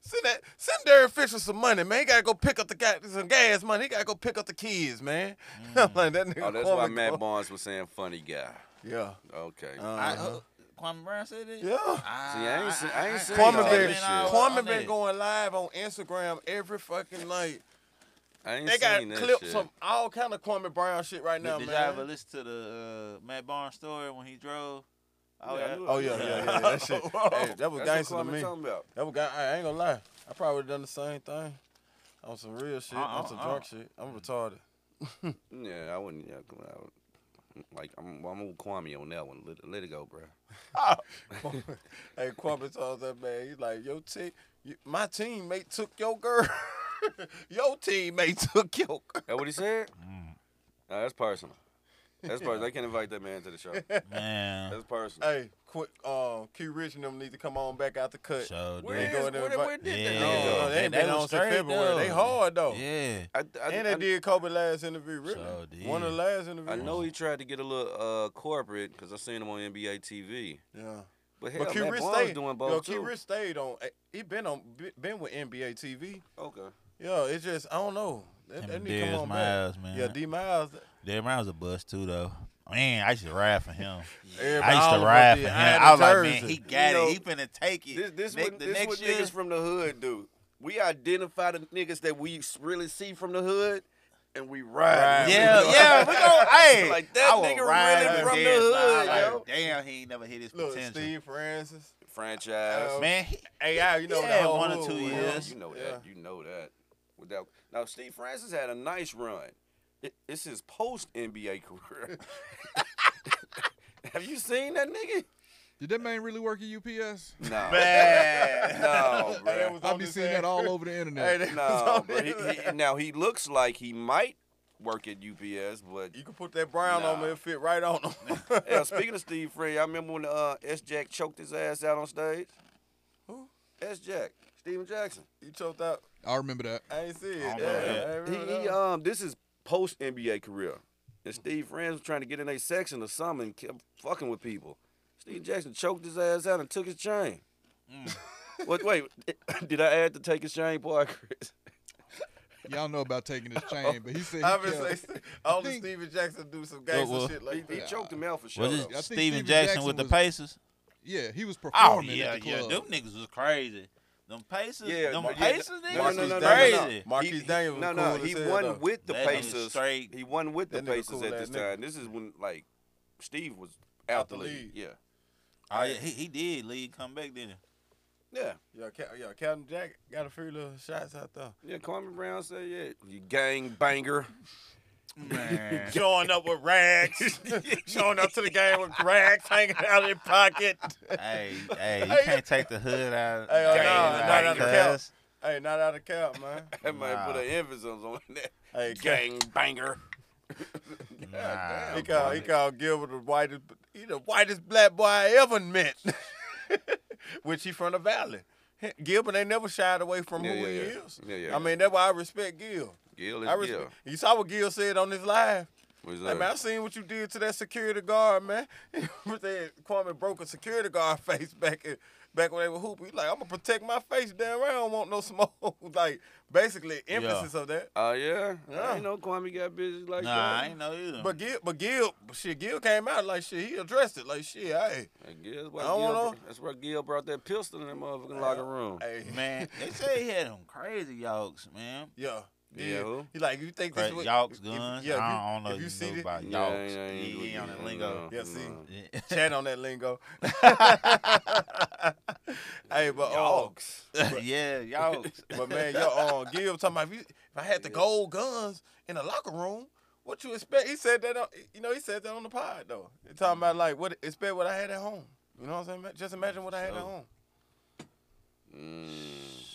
send that send Derek Fisher some money, man. He gotta go pick up the guy some gas money. He gotta go pick up the kids, man. I'm like that nigga.
Oh, that's why
Kwame
Matt
Cole-
Barnes was saying funny guy.
Yeah.
Okay.
I,
Uh-huh.
uh, Kwame Brown said it.
Yeah.
See, I ain't seen- I ain't seen
Kwame
all
been,
this shit.
Kwame been going live on Instagram every fucking night.
I ain't
They got
seen that
clips
shit.
from all kind of Kwame Brown shit right now,
Did y'all ever
man.
listen to the uh, Matt Barnes story when he drove?
Yeah, I knew it.
Oh yeah, yeah, yeah, yeah. That shit. hey, that was
That's
gangster
what
to
Kwame
me. That
talking about.
was gang- I ain't gonna lie. I probably would've done the same thing. On some real shit,
Uh-uh,
on some
uh-uh.
drunk shit. I'm retarded.
Yeah, I wouldn't. Yeah, come out. Like I'm, I'm with Kwame on that one. Let, let it go, bro.
hey, Kwame told that man, he's like, yo, team, you, my teammate took your girl. your teammate took your girl.
That what he said? Nah, that's personal. That's personal. They can't invite that man to the show.
Man.
That's personal.
Hey, quick, um, Key Rich and them need to come on back out the cut.
So
Where
they
is-
did.
go in there
where-
and
where
invite-
did
Yeah.
that
No,
nigga
Yeah.
go?
no, they,
They-
ain't
they
been
was
on since
straight,
February. They
though.
hard though.
Yeah.
I, I,
And
I,
they did Kobe last interview, really.
So did.
One of the last interviews.
I know he tried to get a little uh, corporate because I seen him on NBA TV.
Yeah.
But hell,
But Q
Matt
Rich
Barnes
stayed.
doing
yo,
both
Q
too.
Rich stayed on. eh, He been on. Been with NBA TV.
Okay.
Yeah, it's just I don't know. They,
Him
they
and
need to come
Darius
on back.
Miles, man.
Yeah, D Miles.
Derrick Brown was a bust too, though. Man, I used to ride for him. I
everybody- all
used
of us
to ride for
did.
him.
had
I was
the
like,
jersey.
man, he got
know,
it. He finna take it.
This this
Next-
what,
the
this
next
what
year,
niggas from the hood do. We identify the niggas that we s- really see from the hood, and we ride.
Ride.
with
Yeah,
them.
yeah, we gon' hey.
Like, that
I will
nigga
ride
really
with
from the
Darius
hood,
Miles.
yo.
Like, damn, he ain't never hit his
Look,
potential.
Steve Francis.
franchise.
Oh,
Man, he,
AI, you know
He
the
had
whole
one or
hood was-
two
Yeah,
years.
you know
Yeah.
that. You know that. Without now, Steve Francis had a nice run. It, it's his post NBA career. Have you seen that nigga?
Did that man really work at UPS?
No,
man.
no,
Hey, that
bro.
was
I
on
be
his
seeing
ass.
that all over the
Hey,
internet.
that was
No,
on
but he,
his ass.
he, now he looks like he might work at UPS, but
You can put that brown on
Nah.
me, it fit right on him.
yeah, speaking of Steve Frey, I remember when uh, S. Jack choked his ass out on stage.
Who?
S. Jack, Steven Jackson.
you choked out.
I remember that.
I ain't see it.
I don't
Yeah,
know
Oh,
I
that.
ain't
He,
remember
he
that.
um, this is post NBA career, and Steve Franz was trying to get in a section or something, and kept fucking with people. Steve Jackson choked his ass out and took his chain. Wait, wait, did I add to take his chain, boy, Chris?
Y'all know about taking his chain, but he said he
Obviously,
kept-
only
think-
Steven Jackson do some gangster
well,
shit
He,
like
he
that.
choked him out for sure.
Was it
though.
think
Steven
Steven
Jackson
Jackson
with the
was-
Pacers?
yeah, he was
Oh
performing
yeah,
at the
yeah.
club.
Them niggas was crazy. Them Pacers,
Yeah,
them
but yeah,
Pacers
no,
niggas
no,
was
no, no, no,
crazy.
no, no.
Marquise
He-
Daniels was
No,
cool
no,
as
he
hell,
won
though.
with the
That nigga
Pacers.
straight.
He won with the
That nigga
Pacers
cool
at
ass
this
nigga.
time. This is when like Steve was out, the league. Yeah,
Oh yeah, he, he did. Lead come back then.
yeah,
Yeah, Ca- yeah, Captain Jack got a few little shots out there.
yeah. Carmen Brown said, "Yeah, you gang banger."
Man,
Showing up with rags, showing up to the game with rags hanging out in his pocket.
hey, hey, you can't take the hood out.
Hey, oh,
gang
nah,
like
nah, nah, the
that.
couch. Hey, not out of cap, man.
That man
Nah.
put an emphasis on that.
Hey,
gang banger.
Nah,
He
He
called, he called Gilbert the whitest, he the whitest black boy I ever met. Which he from the valley. Gilbert ain't never shied away from
Yeah,
who
yeah,
he
yeah.
is.
Yeah, yeah,
I
yeah.
mean, that's why I respect Gil.
Gil
I
is
respect.
Gil.
You saw what Gil said on his live.
What's
Hey, man, I
that?
seen what you did to that security guard, man. With that Kwame broke a security guard face back in, back when they were hooping. He like, I'm gonna protect my face damn right. I don't want no smoke. like basically emphasis of that.
Oh yeah?
Yeah.
I ain't know Kwame got bitches like
nah, I
that.
ain't know either.
But Gil, but Gil, shit, Gil came out like shit. He addressed it like shit. Hey,
I guess why
I don't
Gil,
wanna-
That's why Gil brought that pistol in that motherfucking locker room.
hey,
man, they say he had them crazy yokes, man.
yeah.
Yeah,
Yeah,
who?
he like you think this
Crazy
is what
yokes,
if-
guns.
if
I
you-
don't, know
if
you,
you see
know
this-
about
Yeah, I
yokes.
ain't- I ain't
He
do-
ain't on
yeah,
the lingo.
no,
Yeah, see.
no.
Yeah.
Chat on that lingo. hey, but oh,
Dogs.
yeah, yokes.
But man, yo, um, Gil talking about if, you, if I had the
Yeah.
gold guns in the locker room, what you expect? He said that on, you know, he said that on the pod though. He talking about like what expect what I had at home. You know what I'm saying? Just imagine what I had at
So-
home.
Mm.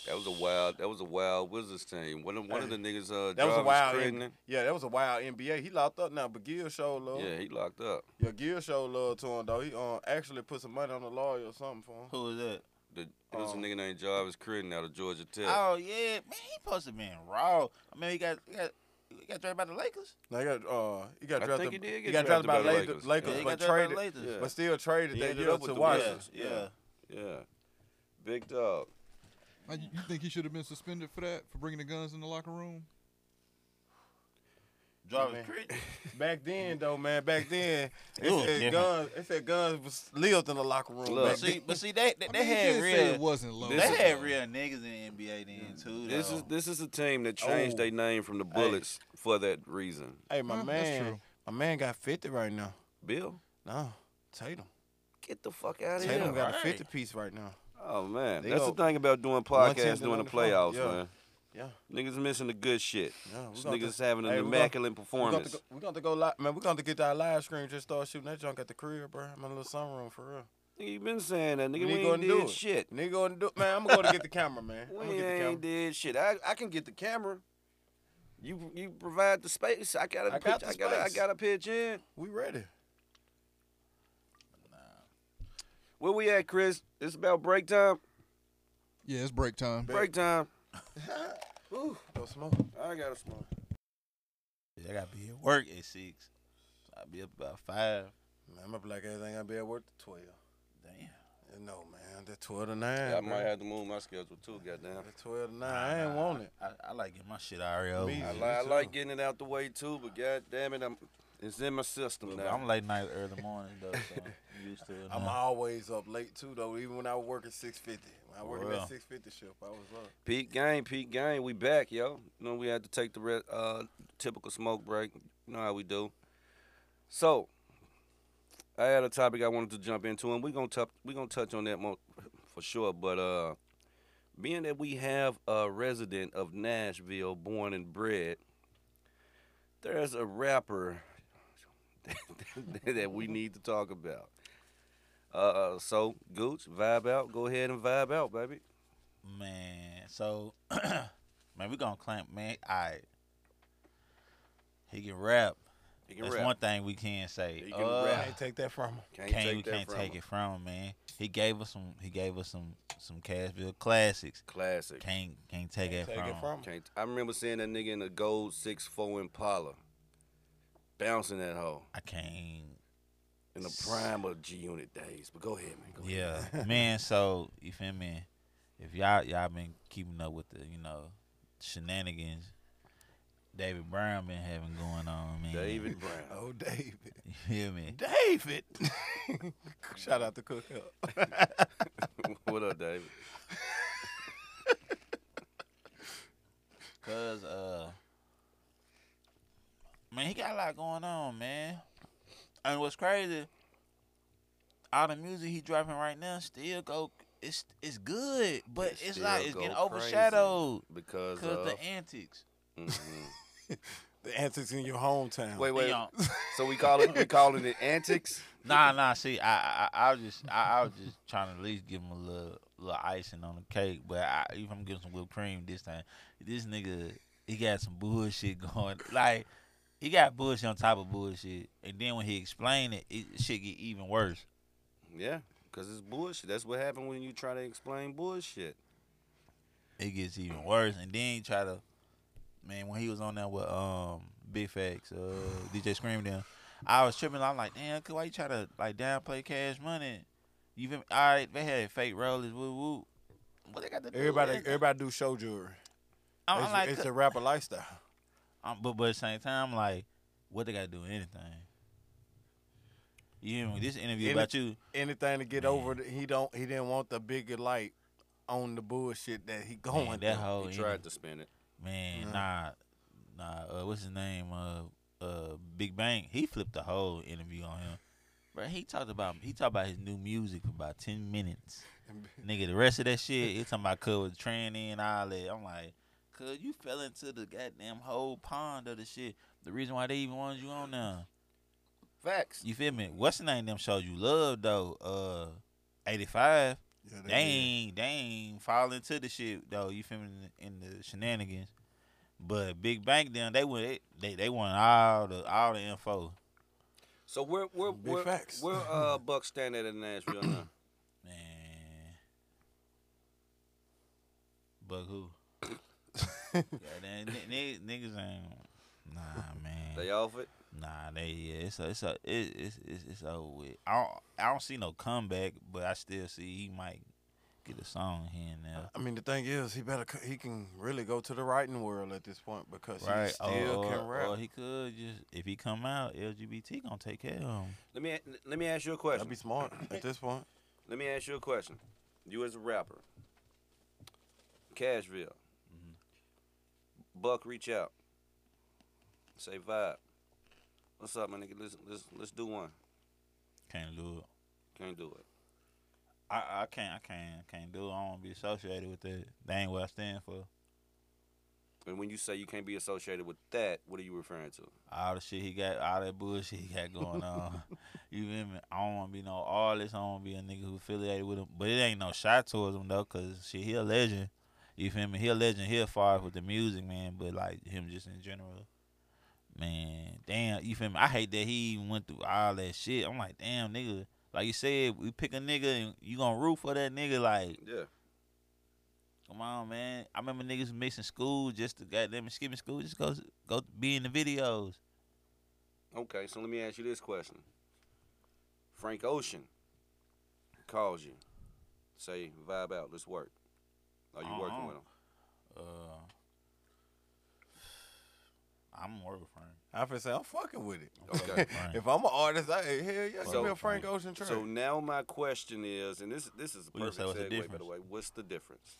That was a wild. That was a wild Wizards team. One of one of the
Hey,
niggas. Uh,
That was a
Jarvis
wild.
Crittenden.
N- yeah, that was a wild NBA. He locked up now, but Gill showed love.
Yeah, he locked up.
Yeah, Gill showed love to him though. He uh, actually put some money on the lawyer or something for him.
Who is that?
The, it was a
Um,
nigga named Jarvis Crittenden out of Georgia Tech.
Oh yeah, man, he supposed to been raw. I mean, he got he got he got drafted by the Lakers.
Now he got uh, he got
I
drafted.
think he did get
got
drafted
drafted by
by the Lakers.
Lakers, Lakers
Yeah, he
but
got drafted by the
traded,
Lakers.
Yeah.
but still traded
He
that
ended
year
up with
to
the
Washington.
Wizards.
Yeah,
Yeah.
yeah.
Yeah, big dog.
Like, you think he should have been suspended for that for bringing the guns in the locker room?
Jarvis
Man.
Crittenden.
Back then though, man, back then
It was
it said
different.
guns. It said guns was lived in the locker room.
Look,
back
But
Fuck.
see,
then.
but see, they they,
I
they
mean, he
had
did
real.
say it wasn't low.
This
they
is-
had real niggas in the NBA then too.
This is
though.
this is a team that changed
Oh.
their name from the Bullets for that reason.
hey, my
Huh, that's
man,
true.
my man got fifty right now.
Bill,
No, Tatum.
get the fuck out of
Tatum
here.
got
right.
a fifty piece right now.
Oh man,
They
that's
go
the thing about doing
one tenth
podcasts
and
during
on
the
the floor.
playoffs,
Yeah.
man.
Yeah.
Niggas missing the good shit.
Yeah, we
This
gonna
niggas
do-
having an
Hey, we gonna-
immaculate
We're going
performance.
to go, we gonna go live, man. We're going to get that live stream. Just start shooting that junk at the crib, bro. I'm in a little sunroom for real.
Nigga, you been saying that. Nigga, we,
need to go
ain't
and do
did
it.
shit.
Nigga, go and do, man. I'm gonna go to get the camera, man. I'm
We
gonna get the
ain't
camera.
did shit. I, I can get the camera. You you provide the space. I gotta
I
pitch-
got the
I gotta I
space.
gotta pitch in.
We ready?
Where we at, Chris? It's about break time.
Yeah, it's break time.
Break time.
Ooh, go smoke.
I gotta smoke.
I gotta be at work at six. So I'll be up about five.
Man, my black ass ain't gonna be at work till twelve.
Damn.
Yeah, No, man, that twelve to nine.
I
bro.
might have to move my schedule too. Goddamn.
That twelve to nine. I ain't want it.
I, I like getting my shit E already over.
Me
I,
with.
li- I
too.
like getting it out the way too, but goddamn it, I'm it's in my system
But
now.
I'm late night, early morning though, so I'm used to it.
I'm
now.
always up late too, though. Even when I work at six fifty, when I work at
Real.
that six fifty shift, I was up.
Pete Gang, Pete Gang, we back, yo. You know we had to take the re- uh, typical smoke break. You know how we do. So, I had a topic I wanted to jump into, and we're gonna touch we gonna touch on that mo- for sure. But uh, being that we have a resident of Nashville, born and bred, there's a rapper that we need to talk about. Uh, so Gooch, vibe out. Go ahead and vibe out, baby.
Man, so man, we gonna claim man, I he can rap.
You can
That's
rap.
one thing we can say.
He can
Uh,
rap.
Can't take that from him.
Can't
can't- we
that
can't
from
take
him.
it from him, man. He gave us some he gave us some some Cashville classics.
Classic.
Can't can't take it
Take
from
it
him.
from him.
Can't. I remember seeing that nigga in a gold six four Impala, bouncing that hoe
I can't
in the prime of G Unit days. But go ahead, man. Go ahead.
Yeah. man, so you feel me? If y'all y'all been keeping up with the, you know, shenanigans David Brown been having going on, man.
David Brown.
Oh, David.
You feel me?
David. Shout out to Cook Up.
Oh.
what up, David?
Cause uh, man, he got a lot going on, man. And what's crazy, all the music he dropping right now still go. It's it's good, but
It
it's
still
like it's
go crazy
getting
uh,
overshadowed
because
because
of.
the antics.
Mhm.
The antics in your hometown.
Wait, wait.
Y'all-
So we call it we calling it antics.
Nah, nah. See, I, I, I was just, I, I was just trying to at least give him a little, little icing on the cake. But I, if I'm giving some whipped cream this time, this nigga, he got some bullshit going. Like, he got bullshit on top of bullshit. And then when he explained it, it shit get even worse.
Yeah, because it's bullshit. That's what happened when you try to explain bullshit.
It gets even worse. And then he try to, man, when he was on there with um Big Facts, uh, DJ Scream, them, I was tripping. I'm like, damn, cause why you try to like downplay Cash Money? You feel me? All right, they had fake rollers, woo woo. What they got to do with
Everybody,
that?
everybody do show jewelry.
I'm,
It's,
I'm like, uh,
it's a rapper lifestyle.
I'm- but but at the same time, like, what they got to do with anything? You hear me? This interview
Any-
about you,
Anything to get
Man.
over. The, he don't. He didn't want the bigger light on the bullshit that he going
man,
through.
that whole
he
inter-
tried to spin it.
man,
Mhm.
nah, nah. Uh, what's his name? Uh, uh, Big Bang. He flipped the whole interview on him. Bro, he talked about he talked about his new music for about ten minutes. Nigga, the rest of that shit, he talking about cuz with tranny and all that. I'm like, cuz you fell into the goddamn whole pond of the shit. The reason why they even wanted you on now.
Facts.
You feel me? What's the name them shows you love though? Uh, eighty five.
Yeah,
they ain't they ain't fall into the shit though. You feel me in the shenanigans, but Big Bank them they went they they want all the all the info.
So where where
Big
where,
facts.
where uh Buck stand at in Nashville now?
Man, but who? yeah, then, n- niggas ain't nah man.
They off it.
Nah, they yeah, it's a, it's a, it, it's it's it's over with. I don't I don't see no comeback, but I still see he might get a song here and there.
I mean, the thing is, he better c- he can really go to the writing world at this point because he
Right,
still
or,
can
or,
rap.
or he could just if he come out, LGBT gonna take care of him.
Let me let me ask you a
That'd
question.
be smart at this point.
Let me ask you a question. You as a rapper, Cashville, Buck, reach out, say vibe. What's up, my nigga? Let's let's let's do one.
Can't do it.
Can't do it.
I, I can't I can't I can't do it. I don't wanna be associated with that. That ain't what I stand for.
And when you say you can't be associated with that, what are you referring to?
All the shit he got, all that bullshit he got going on. you feel me? I don't want to be no artist. I don't want to be a nigga who affiliated with him. But it ain't no shot towards him though, cause shit, he a legend. You feel me? He a legend. He a far with the music, man. But like him, just in general, man. Damn, you feel me? I hate that he even went through all that shit. I'm like, damn, nigga. Like you said, we pick a nigga and you gonna root for that nigga. Like,
Yeah.
come on, man. I remember niggas missing school just to goddamn skipping school just go go be in the videos.
Okay, so let me ask you this question. Frank Ocean calls you, say vibe out, let's work. Are you working with him?
Uh, I'm more of a
I finna say I'm fucking with it.
friend.
Okay.
Friend.
If I'm an artist, I hell yeah,
So-
give me a Frank Ocean track.
So now my question is, and this this is a
We gonna
perfect
say what's the
segue by the
difference?
way. What's the difference?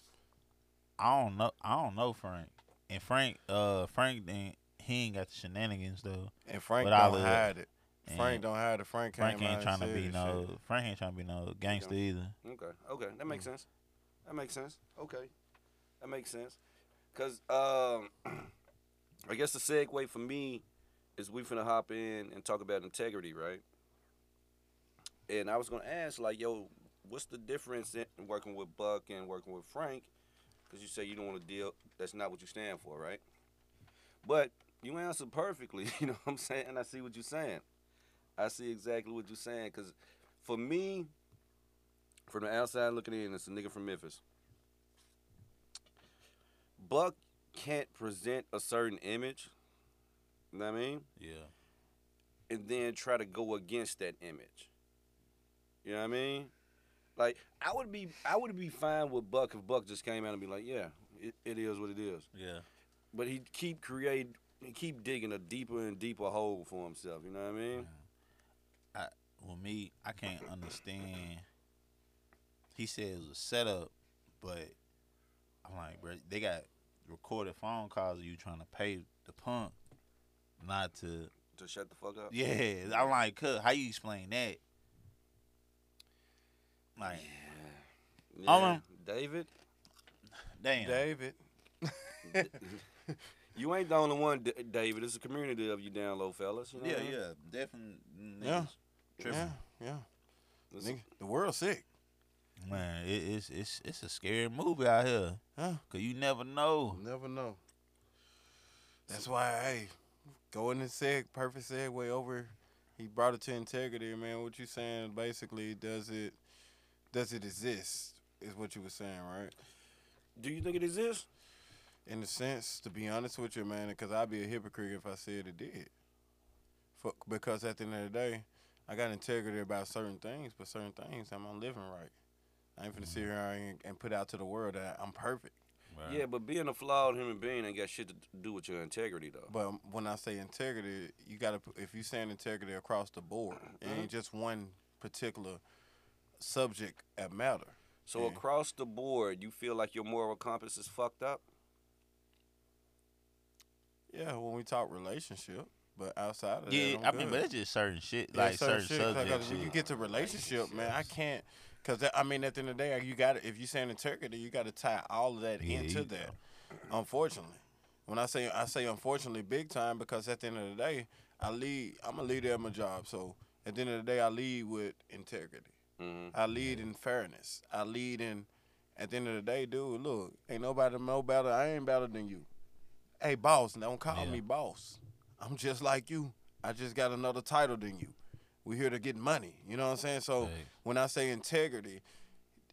I don't know. I don't know Frank. And Frank, uh, Frank, then he ain't got the shenanigans though.
and Frank
but I
don't
would.
hide it.
And
Frank don't hide it. Frank,
Frank
came
ain't
out
trying
and
to
said
be
his
no.
shit.
Frank ain't trying to be no gangster either.
Okay, okay, that makes sense. That makes sense. Okay, that makes sense. Cause um, I guess the segue for me is we finna hop in and talk about integrity, right? And I was gonna ask like, yo, what's the difference in working with Buck and working with Frank? Cause you say you don't want to deal. That's not what you stand for, right? But you answered perfectly. You know what I'm saying? And I see what you're saying. I see exactly what you're saying. Cause for me, from the outside looking in, it's a nigga from Memphis. Buck can't present a certain image, you know what I mean?
Yeah.
And then try to go against that image. You know what I mean? Like I would be I would be fine with Buck if Buck just came out and be like, yeah, it, it is what it is.
Yeah.
But he keep create he keep digging a deeper and deeper hole for himself, you know what I mean?
With me, I can't understand. He said it was a setup, but I'm like, bro, they got recorded phone calls of you trying to pay the punk, not to
To shut the fuck up.
Yeah, I'm like, "Cuz, how you explain that? Like,
Yeah.
Um,
David,
damn,
David.
you ain't the only one, D- David. It's a community of you down low fellas. You know
yeah,
what I mean?
yeah, definitely,
uh, Yeah.
tripping.
Yeah, yeah.
It's-
Nigga, the world's sick.
man, it, it's it's it's a scary movie out here,
Huh?
cause you never know.
Never know. That's why, hey, going and seg perfect segue over. He brought it to integrity, man. What you saying basically does it does it exist? Is what you were saying, right?
Do you think it exists?
In a sense, to be honest with you, man, because I'd be a hypocrite if I said it did. For, because at the end of the day, I got integrity about certain things, but certain things I'm not living right. I ain't finna sit
Mm-hmm.
here and, and put out to the world that I'm perfect.
Yeah, but being a flawed human being ain't got shit to do with your integrity, though.
But when I say integrity, you gotta put- if you saying integrity across the board, it
Mm-hmm.
ain't just one particular subject at matter.
So
Yeah.
across the board, you feel like your moral compass is fucked up.
Yeah, when we talk relationship, but outside of
yeah,
that,
I
I'm
mean,
good.
but it's just certain shit,
Yeah,
like certain,
shit, 'cause
subject
when you
shit.
get to relationship, man, I can't. Cause that, I mean, at the end of the day, you got to if you saying integrity, you got to tie all of that
Yeah,
into
you-
that. Unfortunately, when I say I say unfortunately, big time because at the end of the day, I lead. I'm a leader at my job, so at the end of the day, I lead with integrity.
hmm
I lead in fairness. I lead in. At the end of the day, dude, look, ain't nobody no better. I ain't better than you. Hey, boss, don't call
Yeah.
me boss. I'm just like you. I just got another title than you. We here to get money. You know what I'm saying? So
Right.
when I say integrity,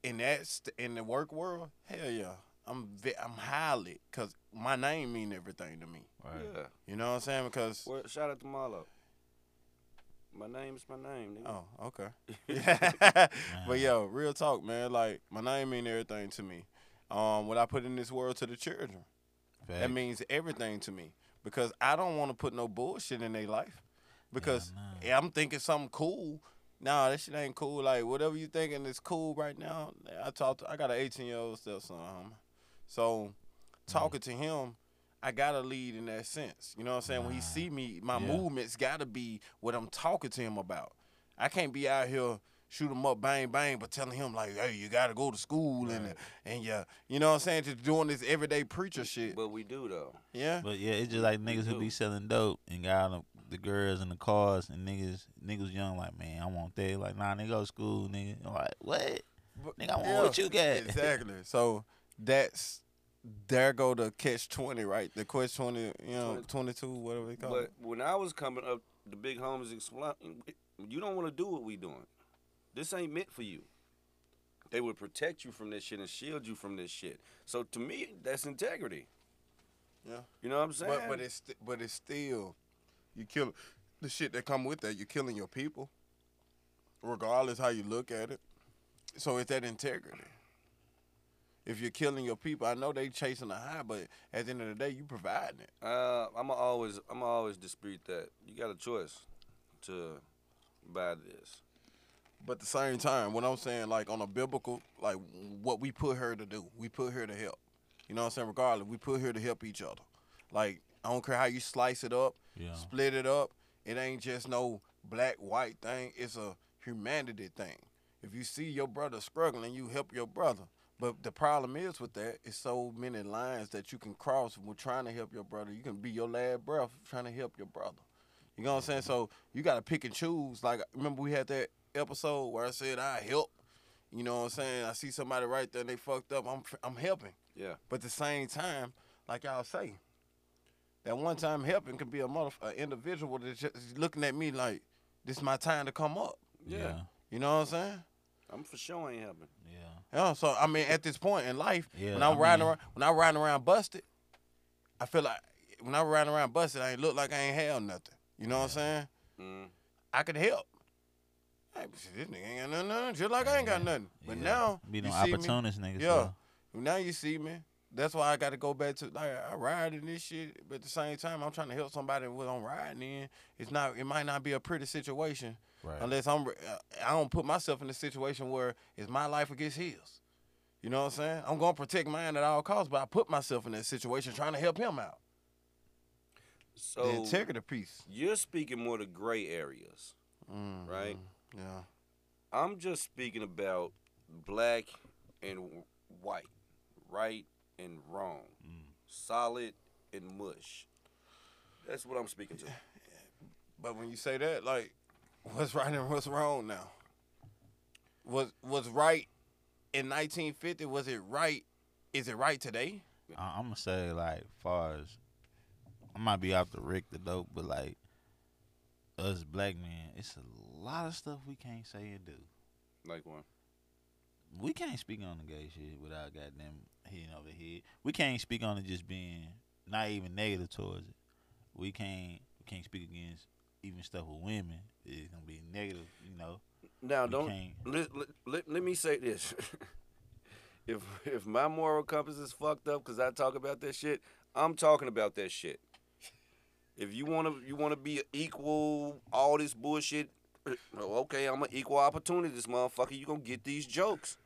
in that st- in the work world, hell yeah, I'm ve- I'm highly because my name mean everything to me.
Yeah.
You know what I'm saying? Because
Well, shout out to Marlo. My name is my name. Nigga.
Oh, okay. but yo, real talk, man. Like my name mean everything to me. Um, what I put in this world to the children, that
Facts.
means everything to me because I don't want to put no bullshit in their life. Because
nah.
yeah, I'm thinking something cool. Nah, that shit ain't cool. Like whatever you thinking is cool right now. I talked. I got an 18 year old stepson, homie. So talking to him, I gotta lead in that sense. You know what I'm saying? When he
Nah.
see me, my
Yeah.
movements gotta be what I'm talking to him about. I can't be out here shoot him up bang bang, but telling him like, hey, you gotta go to school and and yeah, you know what I'm saying? Just doing this everyday preacher shit.
But we do though.
Yeah.
But yeah, it's just like niggas who be
do.
selling dope and got all the, the girls and the cars and niggas niggas young like man I want that like nah nigga go to school nigga I'm like what
But-
nigga I want what you got
Exactly. So that's there go the catch twenty, right? The catch twenty, you know, twenty two, whatever they call
But
it.
when I was coming up, the big homies explain, you don't want to do what we doing. This ain't meant for you. They would protect you from this shit and shield you from this shit. So to me, that's integrity.
Yeah.
You know what I'm saying?
But but it's st- but it's still you kill the shit that come with that. You're killing your people, regardless how you look at it. So it's that integrity. If you're killing your people, I know they chasing a high, but at the end of the day, you providing it.
Uh, I'm always I'm always dispute that. You got a choice to buy this.
But at the same time, what I'm saying, like on a biblical, like what we put her to do, we put her to help. You know what I'm saying? Regardless, we put her to help each other. Like I don't care how you slice it up,
Yeah.
split it up. It ain't just no black white thing. It's a humanity thing. If you see your brother struggling, you help your brother. But the problem is with that, it's so many lines that you can cross when trying to help your brother. You can be your last breath trying to help your brother. You know what I'm saying? So you gotta pick and choose. Like remember we had that episode where I said I help. You know what I'm saying? I see somebody right there and they fucked up. I'm I'm helping.
Yeah.
But at the same time, like y'all say, that one time helping could be a mother, an individual that's just looking at me like, this my time to come up.
Yeah.
yeah
You know what I'm saying?
I'm for sure ain't helping.
yeah
Yeah. So I mean, at this point in life,
Yeah,
when I'm
I
riding
mean-
around, when I'm riding around busted, I feel like when I'm riding around busted, I ain't look like I ain't held nothing. You know what I'm saying?
Mm.
I could help. Hey, this nigga ain't got nothing, nothing, just like I ain't got
Yeah.
nothing. But
Yeah.
now,
be no
you see me,
opportunist niggas
Yeah.
though.
Now you see me. That's why I got to go back to like I ride in this shit, but at the same time I'm trying to help somebody what I'm riding in. It's not. It might not be a pretty situation
right
unless I'm. re- uh, I don't put myself in a situation where it's my life against his. You know what I'm saying? I'm gonna protect mine at all costs, but I put myself in that situation trying to help him out.
So
the integrity piece,
you're speaking more to gray areas.
mm,
Right.
mm, Yeah.
I'm just speaking about black and w- white, right and wrong, solid and mush. That's what I'm speaking to.
But when you say that, like, what's right and what's wrong now? Was was right in 1950? Was it right? Is it right today?
I, I'm gonna say like far as I might be off the Rick the dope, but like us black men, it's a lot of stuff we can't say and do.
Like one.
We can't speak on the gay shit without goddamn hitting over head. We can't speak on it just being not even negative towards it. We can't we can't speak against even stuff with women. It's gonna be negative, you know.
Now
We
don't
can't.
let, let, let, let me say this. if if my moral compass is fucked up cuz I talk about that shit, I'm talking about that shit. If you want to you want to be equal all this bullshit, oh, okay, I'm an equal opportunity this motherfucker. You going to get these jokes.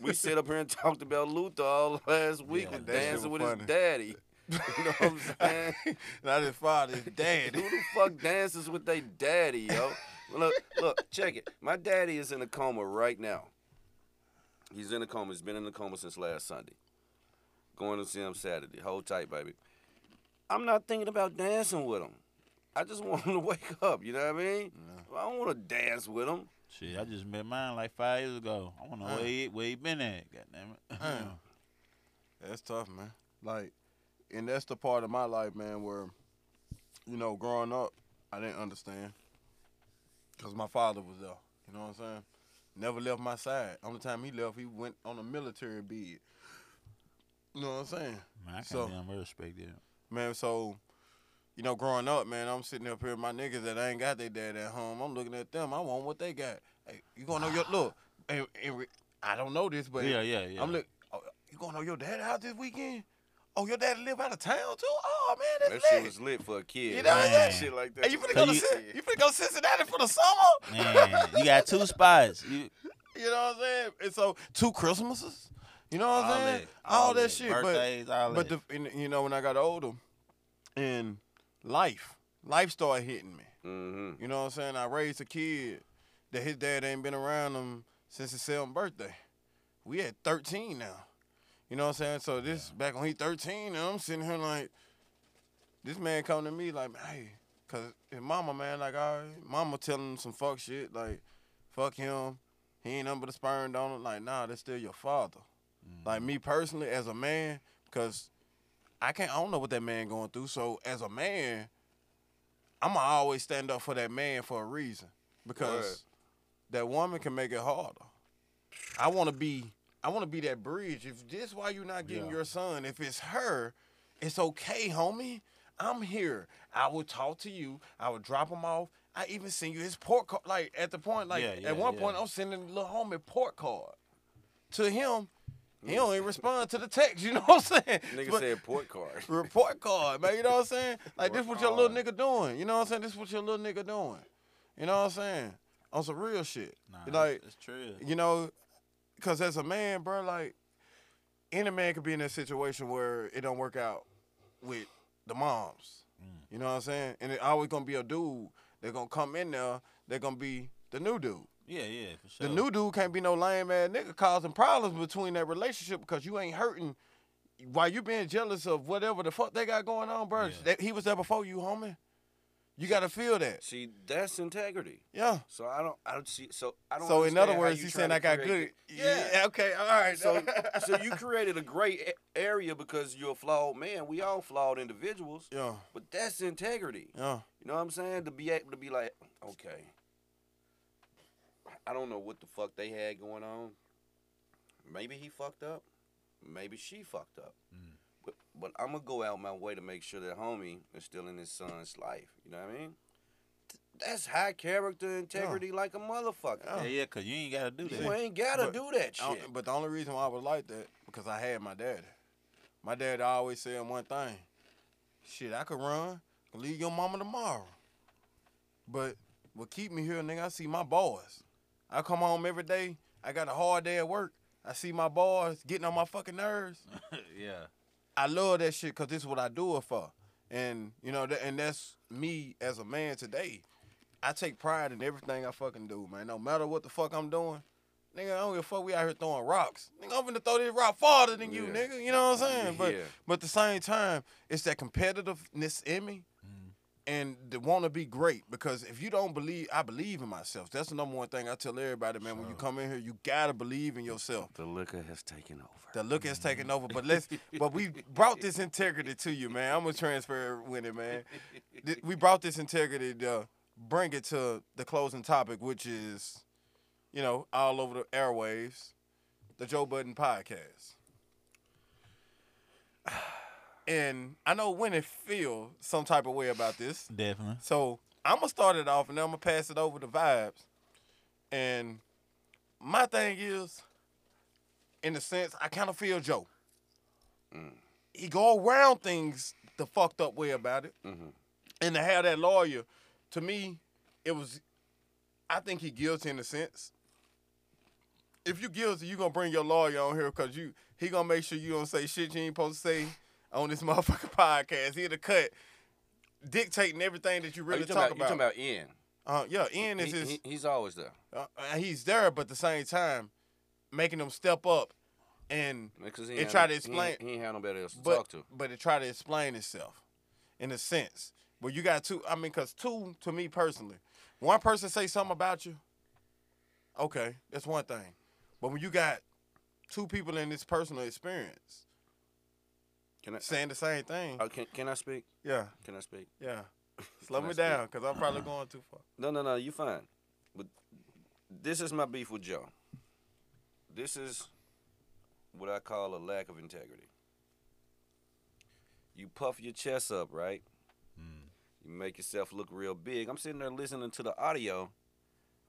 We sat up here and talked about Luther all last week
Yeah,
with
that shit
dancing
was
with
funny.
his daddy. You know what I'm saying?
Not his father, his
Who
dad.
the fuck dances with their daddy, yo? Look, look, check it. My daddy is in a coma right now. He's in a coma. He's been in a coma since last Sunday. Going to see him Saturday. Hold tight, baby. I'm not thinking about dancing with him. I just want him to wake up. You know what I mean? I don't want to dance with him.
Shit, I just met mine like five years ago. I want to know
Uh.
where he where he been at. God damn it.
Uh. That's tough, man. Like, and that's the part of my life, man, where, you know, growing up, I didn't understand. Because my father was there. You know what I'm saying? Never left my side. Only time he left, he went on a military bid. You know what I'm saying?
Man, I can't
So-
damn respect that.
Man, so, you know, growing up, man, I'm sitting up here with my niggas that ain't got their dad at home. I'm looking at them. I want what they got. Hey, you gonna know your look? And, and re- I don't know this, but
Yeah, yeah, yeah.
I'm look. Oh, you going on your dad out this weekend? Oh, your dad live out of town too? Oh man,
That
that's
shit
lit.
was lit for a kid.
You know what I'm
man.
saying?
Shit like that.
Hey, you finna
So
go to
you-
Cin- you finna go to Cincinnati for the summer?
Man, you got two spots. You
You know what I'm saying? And so two Christmases. You know what I'm
all
saying?
that,
all, that, shit. but
Birthdays, all
but
that.
the, and, you know when I got older, and life life started hitting me.
Mm-hmm.
You know what I'm saying? I raised a kid that his dad ain't been around him since his seventh birthday. We at 13 now. You know what I'm saying? So this back when he 13, and I'm sitting here like, this man come to me like, hey, cause his mama, man, like, all right, mama telling him some fuck shit, like, fuck him. He ain't nothing but a sperm donor. Like, nah, that's still your father. Like me personally, as a man, cause I can't, I don't know what that man going through. So as a man, I'ma always stand up for that man for a reason, because
Word.
that woman can make it harder. I want to be, I want to be that bridge. If this why you're not getting
Yeah.
your son, if it's her, it's okay, homie. I'm here. I will talk to you. I will drop him off. I even send you his port card. Like at the point, like
Yeah, yeah,
at one
yeah.
point, I'm sending little homie port card to him. He don't even respond to the text. You know what I'm saying?
Nigga
But-
said port card.
report card, man. You know what I'm saying? Like this what your little
Report
nigga doing. You know what I'm saying? This what your little nigga doing. You know what I'm saying? On some real shit.
Nah,
like
it's true.
you know, cause as a man, bro, like any man could be in a situation where it don't work out with the moms.
Mm.
You know what I'm saying? And it always gonna be a dude that gonna come in there. They're gonna be the new dude.
Yeah, yeah, for sure.
The new dude can't be no lame ass nigga causing problems between that relationship because you ain't hurting while you being jealous of whatever the fuck they got going on, bro.
Yeah.
That- he was there before you, homie. You gotta feel that.
See, that's integrity.
Yeah.
So I don't, I don't see. So I don't.
So in
understand
other
how
words,
you
he's
trying
saying
to
I got good.
create it. Yeah.
Okay. All right.
So, so you created a great a- area because you're a flawed man. We all flawed individuals,
yeah.
but that's integrity.
Yeah.
You know what I'm saying? To be able to be like, okay, I don't know what the fuck they had going on. Maybe he fucked up. Maybe she fucked up.
Mm.
But, but I'm gonna go out my way to make sure that homie is still in his son's life. You know what I mean? Th- That's high character integrity, like a motherfucker.
Yeah.
yeah, yeah, cause you ain't gotta do
You
that.
ain't gotta
But-
do that
I don't-
shit.
But the only reason why I was like that because I had my daddy. My dad always said one thing: "Shit, I could run, could leave your mama tomorrow." But what keep me here, nigga? I see my boys. I come home every day. I got a hard day at work. I see my boys getting on my fucking nerves.
yeah,
I love that shit because this is what I do it for. And you know, that, and that's me as a man today. I take pride in everything I fucking do, man. No matter what the fuck I'm doing, nigga, I don't give a fuck. We out here throwing rocks. Nigga, I'm finna throw this rock farther than you,
Yeah.
nigga. You know what I'm saying? But
Yeah.
but at the same time, it's that competitiveness in me
Mm-hmm.
and the want to be great because if you don't believe, I believe in myself. That's the number one thing I tell everybody, man. When you
Sure.
come in here, you gotta believe in yourself.
The liquor has taken over.
The look is taking over, but let's. but we brought this integrity to you, man. I'm gonna transfer it with it, man. Th- We brought this integrity to bring it to the closing topic, which is, you know, all over the airwaves, the Joe Budden podcast. And I know Winnie feel some type of way about this,
definitely.
so I'm gonna start it off, and then I'm gonna pass it over to vibes. And my thing is, in a sense, I kind of feel Joe. He go around things the fucked up way about it,
Mhm.
and to have that lawyer, to me, it was. I think he guilty in a sense. If you guilty, you gonna bring your lawyer on here because you he gonna make sure you don't say shit you ain't supposed to say on this motherfucking podcast. He the cut dictating everything that you
Are
really
Oh, you talking
talk
about, you talking about Ian?
uh, yeah, Ian is
He-
his.
he- he's always there.
uh, uh, he's there, but at the same time, making them step up, and
Because
They try to explain-
He, ain't- he ain't had nobody else to
but
talk to.
but to try to explain itself, in a sense. Well, you got two. I mean, cause two to me personally, one person say something about you. Okay, that's one thing, but when you got two people in this personal experience
Can I?
saying the same thing,
Uh, can, can I speak?
yeah,
Can I speak?
yeah, slow
Can I
me
speak?
down, cause I'm probably going too far.
No, no, no. You fine. But this is my beef with Joe. This is what I call a lack of integrity. You puff your chest up, right?
Mm,
You make yourself look real big. I'm sitting there listening to the audio.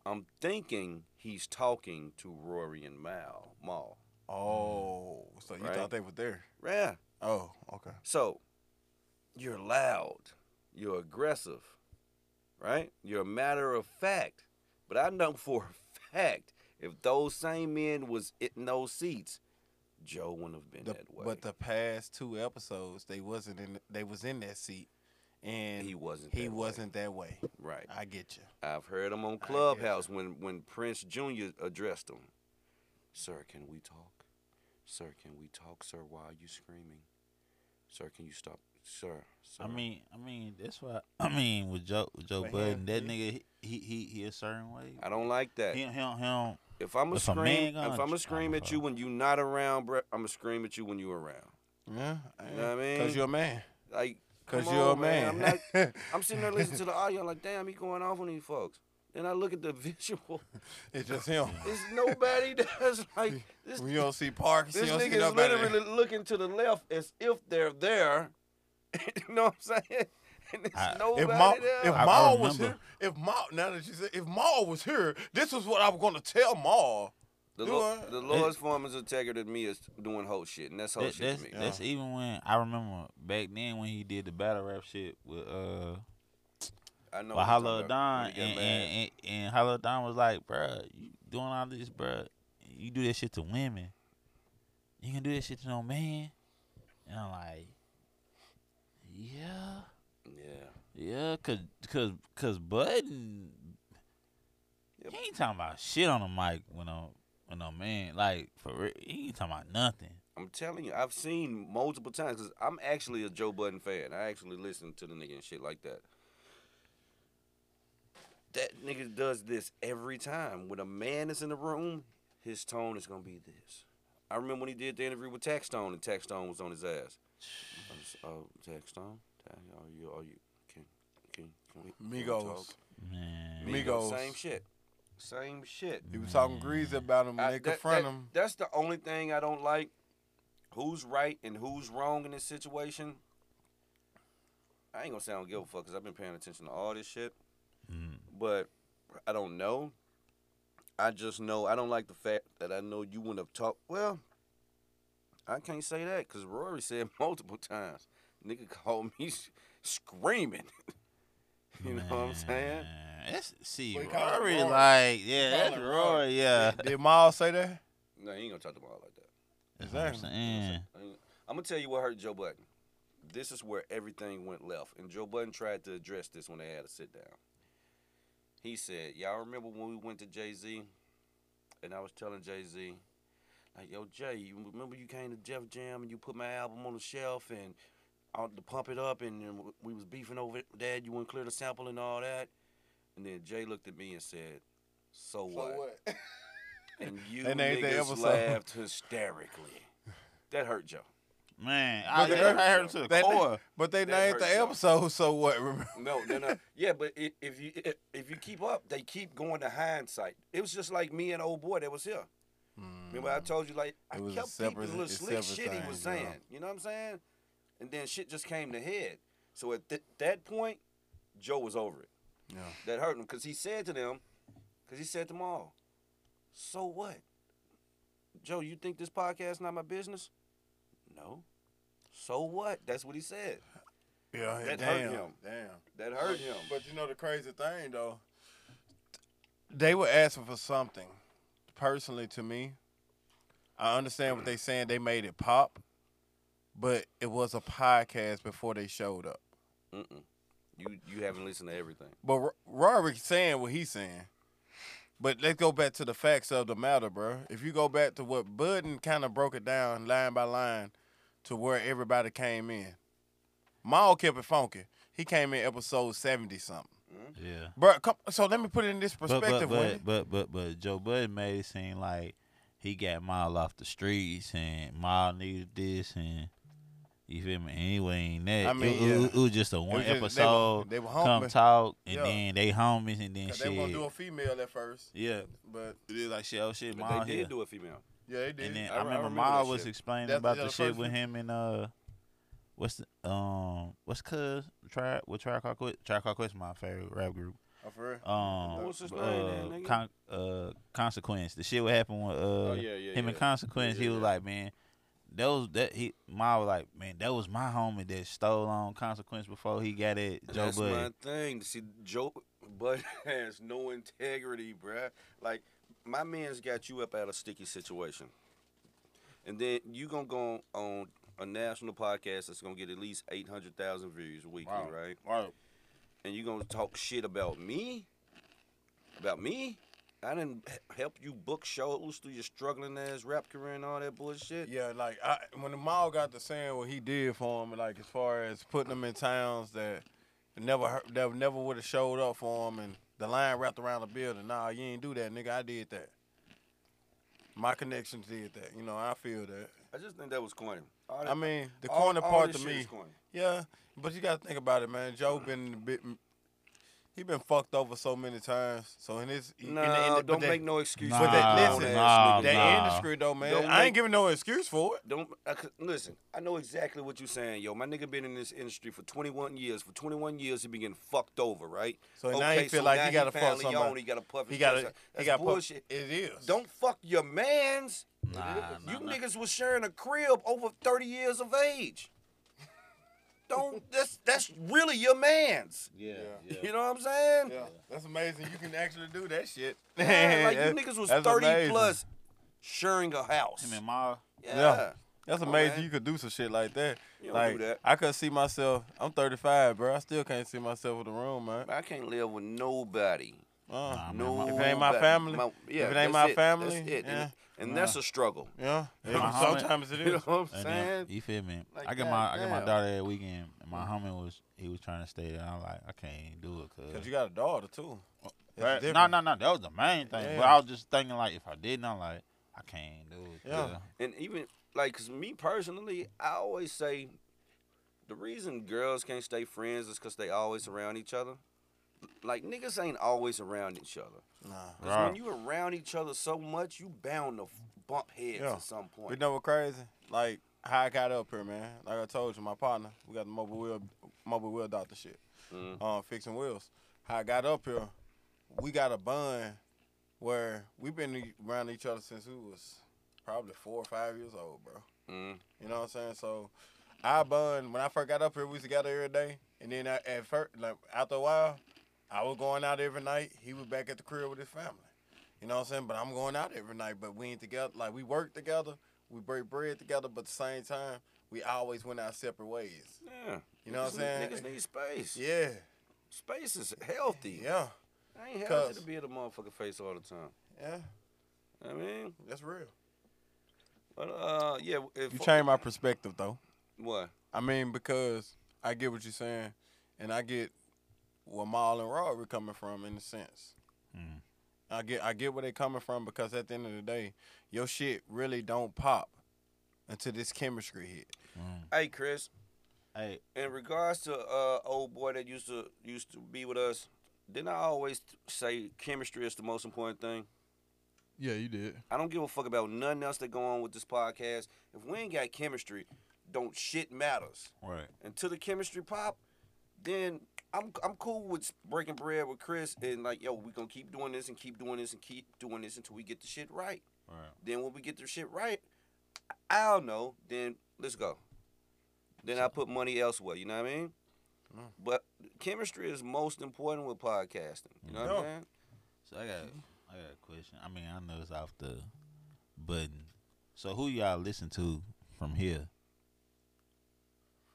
I'm thinking he's talking to Rory and Mal. Mal.
Oh, so you
Right.
thought they were there?
Yeah.
Oh, okay.
So, you're loud, you're aggressive, right? You're a matter of fact. But I know for a fact, if those same men was in those seats, Joe wouldn't have been
The-
that way.
but the past two episodes, they wasn't in. They was in that seat, and
he wasn't.
he
that way.
wasn't that way.
right.
I get you.
I've heard him on Clubhouse when when Prince Jr. addressed him. Sir, can we talk? Sir, can we talk? Sir, why are you screaming? Sir, can you stop? Sir, sir.
I mean, I mean, that's why. I mean, with Joe, with Joe
But he
Budden, that
ain't-
nigga, he, he, he a certain way.
I don't like that.
Him, him, him.
If I'm a
If a
scream,
man gonna
if I'm a
ch-
scream
I'ma
at you
fuck.
when you not around, bro, I'm gonna scream at you when you around.
Yeah,
You know what I mean?
Cause you're a man.
Like,
Cause
come
you're
on,
a man.
I'm, not, I'm sitting there listening to the audio, like, damn, he going off on these folks. Then I look at the visual.
it's just him.
There's nobody that's like this.
When you don't see Parks,
This
you don't see
nigga is
nobody.
literally looking to the left as if they're there. you know what I'm saying? And there's
I- if
nobody
If Maul,
there.
if
I- I
Maul was here,
remember.
if Maul, now that you said, if Maul was here, this was what I was gonna tell Maul.
the,
you
Lo-
are-
the Lord's form is integrity to me is doing whole shit, and that's whole
That,
shit
that's
to me.
that's even when I remember back then when he did the battle rap shit with uh
I know. what you're
with
talking
Hollow
about.
Don
When
and
he got
and,
mad.
and and Hollow Don was like, bruh, you doing all this, bruh, you do that shit to women, you can do that shit to no man, and I'm like, yeah.
yeah.
Yeah, cause, cause, cause Budden,
Yep.
he ain't talking about shit on the mic when a when a man like for real, he ain't talking about nothing.
I'm telling you, I've seen multiple times because I'm actually a Joe Budden fan. I actually listen to the nigga and shit like that. That nigga does this every time. When a man is in the room, his tone is gonna be this. I remember when he did the interview with Tax Stone and Tax Stone was on his ass. I was, Oh, Tax Stone, Tax- are you? Are you? Can can can we? can we
Migos.
talk?"
Man,
Me- Migos.
Same shit. Same shit.
He was talking greasy about him.
I-
when they
that-
confront
that-
him.
That's the only thing I don't like. Who's right and who's wrong in this situation? I ain't gonna sound give a fuck because I've been paying attention to all this shit,
Mm.
but I don't know. I just know I don't like the fact that I know you wouldn't have talked. Well, I can't say that because Rory said multiple times, nigga called me s- screaming. you know what I'm saying?
Man, That's see
But he called him
Rory
Rory.
like
He
yeah,
called
that's
him
Rory,
Rory.
yeah.
Did Maul say that?
No, he ain't gonna talk to Maul like that.
That's what I'm
Exactly.
saying.
I'm gonna tell you what hurt Joe Button. This is where everything went left, and Joe Button tried to address this when they had a sit down. He said, "Y'all remember when we went to Jay Z, and I was telling Jay Z, like, yo Jay, you remember you came to Jeff Jam and you put my album on the shelf and out to pump it up, and, then we was beefing over it, Dad, you wouldn't clear the sample and all that." And then Jay looked at me and said, "So, what?" And you
And they- they ever
niggas
saw-
laughed hysterically. That hurt Joe.
Man, I,
But
I
they-
heard him to the
That-
core.
But they
That
named
hurt
the
him.
episode. So what? Remember?
No, no, no. Yeah, but i if you i if you keep up, they keep going to hindsight. It was just like me and old boy that was here. Remember I told you like I
Hmm. It was a
kept
separate-
peeping little
it's
slick
separate
shit he was
things,
saying.
yeah.
You know what I'm saying? And then shit just came to head. So at th- that point, Joe was over it.
Yeah.
That hurt him because he said to them, because he said to them all, "So what, Joe? You think this podcast not my business? No. So what? That's what he said.
Yeah,
That hurt
damn,
him.
Damn.
That hurt him.
But you know the crazy thing though, they were asking for something. Personally, to me, I understand what they saying. They made it pop, but it was a podcast before they showed up.
Mm-mm. You you haven't listened to everything.
But R- Rory saying what he's saying. But let's go back to the facts of the matter, bro. If you go back to what Budden kind of broke it down line by line to where everybody came in, Maul kept it funky. He came in episode seventy something.
Yeah.
Bro, come, so let me put it in this perspective.
But but
Wendy.
but, but but but Joe Budden made it seem like he got Mile off the streets and Mile needed this and you feel me? Anyway, ain't that
I mean,
it, it-
yeah.
it was just a one
It was just- they were-
episode.
they were
come
homies.
talk and
Yeah.
then they homies and then
'Cause they were gonna do a
shit.
female at first,
Yeah,
but
it is like shit. Oh shit,
But
Mile
they
here.
did do a female.
yeah, they did.
And then
I re-
I,
I
remember
remember that
Ma was
shit.
explaining
That's-
about
yeah,
the
the
shit
first
with
one.
him and uh, what's the um, what's cuz try with try Call Quest. Try Call Quest, my favorite rap group.
oh, for real.
Um,
What's his
uh,
name then, nigga?
Con- uh, consequence. The shit what happened with uh,
yeah,
him and consequence.
Yeah,
he was
yeah.
like, man, that was that he. Ma was like, man, that was my homie that stole on consequence before he got it. Joe
That's
Budden.
my thing. See, Joe Bud has no integrity, bruh. Like, my man's got you up out of sticky situation. And then you gonna go on a national podcast that's gonna get at least 800,000 views weekly,
Wow.
right?
Wow.
And you gonna talk shit about me? About me? I didn't h- help you book shows through your struggling ass rap career and all that bullshit.
Yeah, like I, when the mall got to saying what he did for him, like as far as putting him in towns that never heard, that never would have showed up for him, and the line wrapped around the building. Nah, you ain't do that, nigga. I did that. My connections did that. You know, I feel that.
I just think that was corny. All
I
that-
mean, the
all-
corner
all
part
this
to
shit
me.
is corny.
Yeah, but you gotta think about it, man. Joe been a bit. He been fucked over so many times. So in his, in
No,
the- in the- but
don't
that-
make no excuses.
Nah,
for
But that,
that
Nah,
listen,
nah,
grown-ass
that
nigga.
nah.
industry though, man.
Don't
I
make-
ain't giving no excuse for it.
Don't I c listen. I know exactly what you're saying, yo. My nigga been in this industry for 21 years. For 21 years, he been getting fucked over, right?
So now he feel like he gotta fuck
finally
somebody.
own, he got to puff.
He
His
got
chest
to.
out.
He
That's
got
bullshit.
It is.
Don't fuck your man's.
Nah, nah,
you
nah.
niggas was sharing a crib over 30 years of age. Don't. That's that's really your man's.
Yeah,
Yeah.
You know what I'm saying?
Yeah, that's amazing. You can actually do that shit.
Yeah, like
That-
you niggas was
that's
30
amazing.
plus sharing a house.
Him and Ma.
yeah.
Yeah. That's
Come on,
amazing.
man.
you could do some shit like that.
You don't
like
do that.
I could see myself. I'm 35, bro. I still can't see myself in the room, man.
I can't live with nobody.
Uh,
Nah, man,
No,
my-
If it ain't my family,
yeah,
if it ain't
that's
my
it,
family,
that's it.
yeah.
and, and that's a struggle.
yeah.
My homie-
Sometimes it
You know
is.
what I'm
And then,
saying?
you feel me?
Like,
I got my I got my
goddamn.
daughter that weekend, and my homie was he was trying to stay there. I'm like, I can't do it, cause,
Cause you got a daughter too. It's
Right.
different.
No, no, no. That was the main thing. But
Yeah.
I was just thinking like, if I didn't, I'm like, I can't do it.
Yeah.
Yeah.
And even like, 'cause me personally, I always say the reason girls can't stay friends is 'cause they always around each other. Like niggas ain't always around each other.
Nah.
'Cause when
Right.
you around each other so much, you bound to f- bump heads
Yeah.
at some point.
We know what's crazy. Like how I got up here, man. Like I told you, my partner, we got the mobile wheel, mobile wheel doctor shit,
Mhm.
uh, fixing wheels. How I got up here, we got a bond where we been e, around each other since we was probably four or five years old, bro.
Mm.
You know what I'm saying? So our bond, when I first got up here, we was together every day, and then at, at first, like after a while, I was going out every night. He was back at the crib with his family. You know what I'm saying? But I'm going out every night, but we ain't together. Like we work together, we break bread together, but at the same time, we always went our separate ways.
Yeah.
You know what
Niggas
I'm saying?
Niggas need space.
Yeah,
Space is healthy.
yeah,
I ain't healthy
Cuz-
to be in the motherfucker face all the time.
yeah.
I mean,
That's real.
but uh, yeah. If
You changed my perspective though.
What?
I mean, because I get what you're saying, and I get where Maul and Rod were coming from in a sense.
Mm.
I get I get where they coming from because at the end of the day, your shit really don't pop until this chemistry hit.
Mm.
Hey, Chris.
Hey,
In regards to uh old boy that used to used to be with us, didn't I always say chemistry is the most important thing?
Yeah, you did.
I don't give a fuck about nothing else that go on with this podcast. If we ain't got chemistry, don't shit matters.
right.
Until the chemistry pop, then I'm I'm cool with breaking bread with Chris and like yo, we gonna keep doing this and keep doing this and keep doing this until we get the shit right.
Right.
Then when we get the shit right, I'll know. Then let's go. Then I put money elsewhere. You know what I mean?
Mm.
But chemistry is most important with podcasting. You know what I'm
Yeah.
saying?
So I got I got a question. I mean, I know it's off the button. So who y'all listen to from here?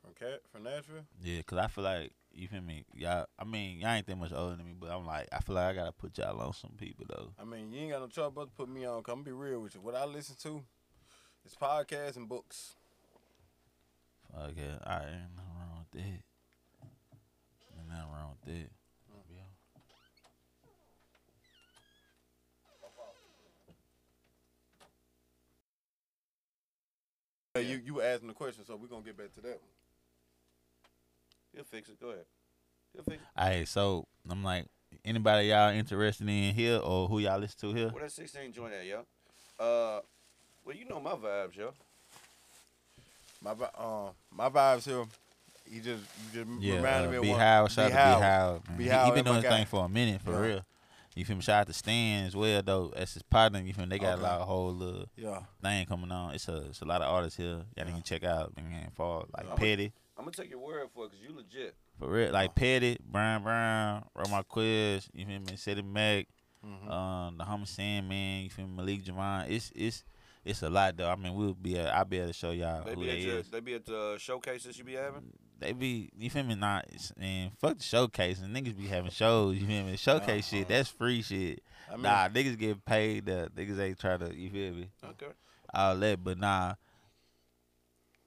From Cat from Nashville?
Yeah, cause I feel like you feel me. Y'all, I mean, y'all ain't that much older than me, but I'm like, I feel like I gotta put y'all on some people though.
I mean, you ain't got no trouble but to put me on. Come be real with you. What I listen to is podcasts and books.
Okay, all right, ain't nothing wrong with that. dead.
Yeah, You you asked him the question, so we're gonna get back to that. one.
He'll fix it. Go ahead. He'll fix it.
All right, so I'm like, anybody y'all interested in here or who y'all listen to here?
Where that 16 joint at, yo? Uh, well, you know my vibes, yo.
My vi- uh, my vibes here. He just you just
Yeah,
reminded
uh,
me of
B
one.
Howard, shout out to B
Howard.
Howard. man.
B.
He-
Howard,
He been
that my
doing his
guy.
thing for a minute, for
Yeah.
real. You feel me? Shout out to Stan as well, though. That's his partner. You feel me? They got
Okay.
a lot of whole little
Yeah,
thing coming on. It's a, it's a lot of artists here. Y'all need to check out. Man, fall like
Yeah.
Petty,
I'm gonna take your word for it, cause you legit.
for real. Like Petty, Brian Brown, Romar Quiz. You feel me? City Mac,
Mhm.
um, the homie Sandman. You feel me? Malik Javon. It's it's it's a lot though. I mean, we'll be. At, I'll be able to show y'all
They
who
be
they
at your,
is.
they be at the showcases you be having.
they be you feel me not it's- man fuck the showcase and niggas be having shows you feel me showcase shit
Uh-huh.
that's free shit
I mean,
nah niggas get paid uh, niggas ain't try to you feel me
Okay.
all that but nah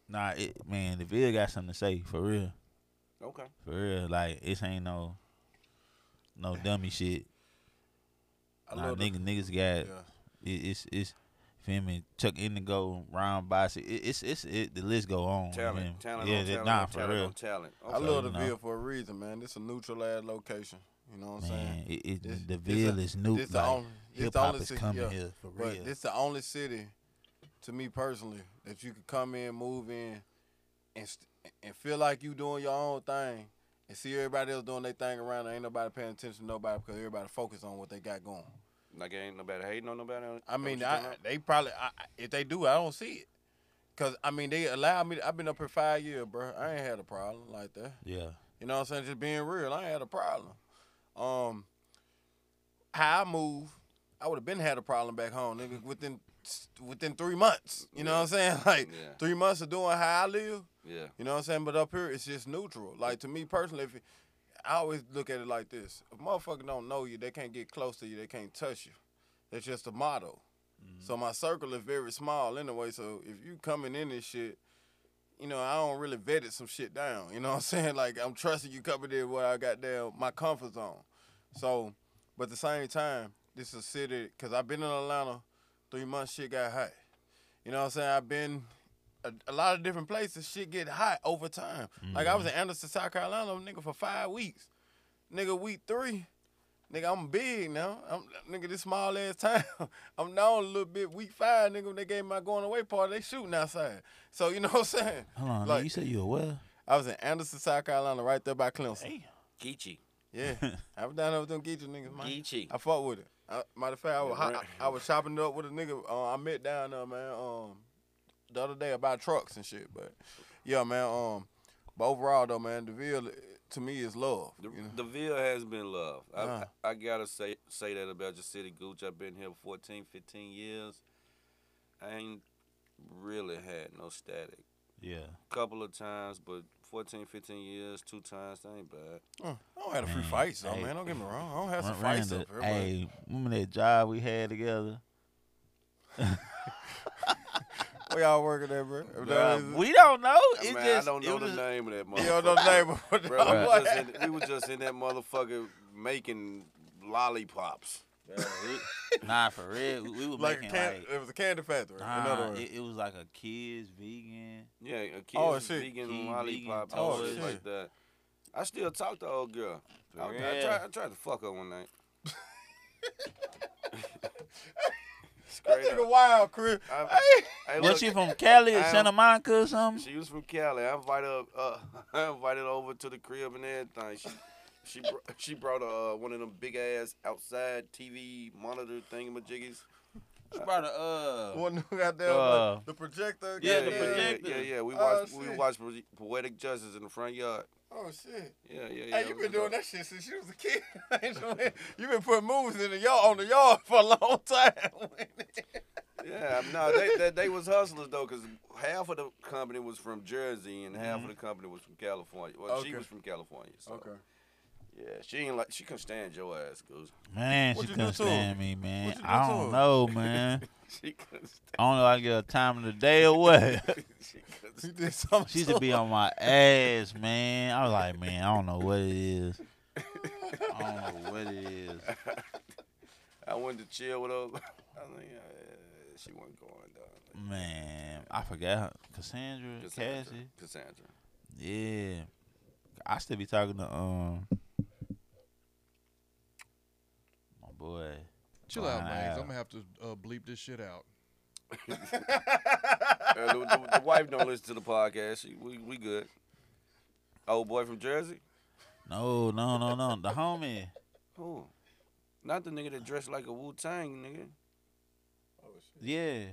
nah it man the bill got something to say for real
Okay.
for real like it ain't no no dummy shit
I
nah
love the-
niggas niggas got
yeah.
it, it's it's feel me Chuck Indigo Ron Bossy it, it's it's it, the list go on you feel me?
Talent, talent,
Mm, yeah
on
that-
talent,
nah
on
for
talent,
real
on talent.
I
Okay.
So,
love the
you know.
Ville for a reason, man. This a neutral ass location. You know what I'm
man
saying?
it, it,
This-
the
this
bill
a-
is new
this the
like,
only- this
hip
the
hop
only
is
city-
coming
yeah.
here for
But
real.
this the only city, to me personally, that you can come in, move in, and st- and feel like you doing your own thing, and see everybody else doing their thing around. There ain't nobody paying attention to nobody because everybody focused on what they got going.
Like ain't nobody hating on nobody. on-
I
on what
mean,
you
I,
talking about?
they probably I, I- if they do, I don't see it. Cause I mean, they allow me. To, I've been up here five years, bro. I ain't had a problem like that.
yeah,
You know what I'm saying? Just being real. I ain't had a problem. Um, how I move, I would have been had a problem back home, nigga. Within within three months. You know what I'm saying? Like
Yeah.
three months of doing how I live.
yeah.
You know what I'm saying? But up here, it's just neutral. Like to me personally, if it, I always look at it like this: if motherfucker don't know you, they can't get close to you, they can't touch you. That's just a motto. So my circle is very small anyway. So if you coming in this shit, you know I don't really vetted some shit down. You know what I'm saying? Like I'm trusting you coming in where I got down my comfort zone. So, but at the same time, this is a city because I've been in Atlanta. Three months, shit got hot. You know what I'm saying? I've been a, a lot of different places. Shit get hot over time. Like I was in Anderson, South Carolina, nigga, for five weeks. Nigga, week three, nigga, I'm big now. I'm nigga, this small ass town. I'm known a little bit. Week five, nigga, when they gave my going away party, they shooting outside. So you know what I'm saying?
hold on. man,
Like-
you said you a well.
I was in Anderson, South Carolina, right there by Clemson.
Geechee.
Yeah, I was down there with them Geechee niggas, man.
Geechee.
I fought with it. I, matter of fact, I was,
Yeah,
I,
right.
I was chopping it up with a nigga uh, I met down there, man. Um, the other day about trucks and shit, but yeah, man. Um, but overall though, man, Deville eh, to me is love.
The,
you know?
the Ville has been loved. I,
Uh-huh.
I, I gotta say say that about your city, Gooch. I've been here 14, 15 years. I ain't really had no static.
Yeah,
Couple of times, but 14, 15 years, two times, that ain't bad.
Uh, I don't have a free
Man,
fights though,
Mm. hey.
man. Don't get me wrong. I don't have some fights
Miranda.
up here. but-
Hey, remember that job we had together?
Where y'all working at, bro?
Nah,
We don't know.
I,
It
mean,
just
I don't
it
know
was
the
just-
name of that motherfucker.
you don't know the name of
Bro, we,
Bruh.
was just in, we was just in that motherfucker making lollipops.
Nah, for real. We, we were
Like a
making
can-
like
it was a candy factory. in other
nah,
words.
it, it was like a kids vegan.
Yeah, a kid
Oh,
was
shit.
vegan
Kid
lollipop
vegan
and
toast.
shit like that. I still talk to old girl. I, I,
Yeah.
tried, I tried to fuck her one night. Straight
that nigga
up.
wild, Chris.
I, hey,
Was
look, eh,
she from Cali or
I
Santa
don't-
Monica or something?
she was from Cali. I invited her, uh, I invited her over to the crib and everything. She she br- she brought uh, one of them big ass outside TV monitor thingamajiggies.
She brought a uh.
One who got there,
Uh,
the projector.
Yeah,
got
yeah,
there.
the
yeah,
projector.
yeah, yeah. We
Oh,
watched we
shit.
watched Poe- Poetic Justice in the front yard.
Oh shit.
Yeah, yeah, yeah.
Hey, you been doing that shit since you was a kid. you been putting movies in the yard on the yard for a long time.
Yeah, no, they, they they was hustlers though, cause half of the company was from Jersey and half of the company was from California. Well, she
Okay.
was from California. So. Yeah, she ain't like she couldn't stand your ass, Goose.
Man,
What
she
you do
couldn't
to her?
stand me, man.
What you do
I
to
don't
her?
know, man.
She couldn't stand.
I don't know. if I get a time of the day or what.
She couldn't
She
stand.
did something.
She used to be on my ass, man. I was like, man, I don't know what it is. what it is.
I went to chill with her. I think uh, she wasn't going though.
Man, I forgot Cassandra,
Cassandra.
Mm, Cassie.
Cassandra.
Yeah, I still be talking to um my boy.
Chill out,
Fine,
Lanes.
uh,
I'm gonna have to uh, bleep this shit out.
Uh, the, the- the wife don't listen to the podcast. She, we we good. Old boy from Jersey.
No, no, no, no. The homie.
Who? Not the nigga that dressed like a Wu Tang nigga.
Oh,
Yeah,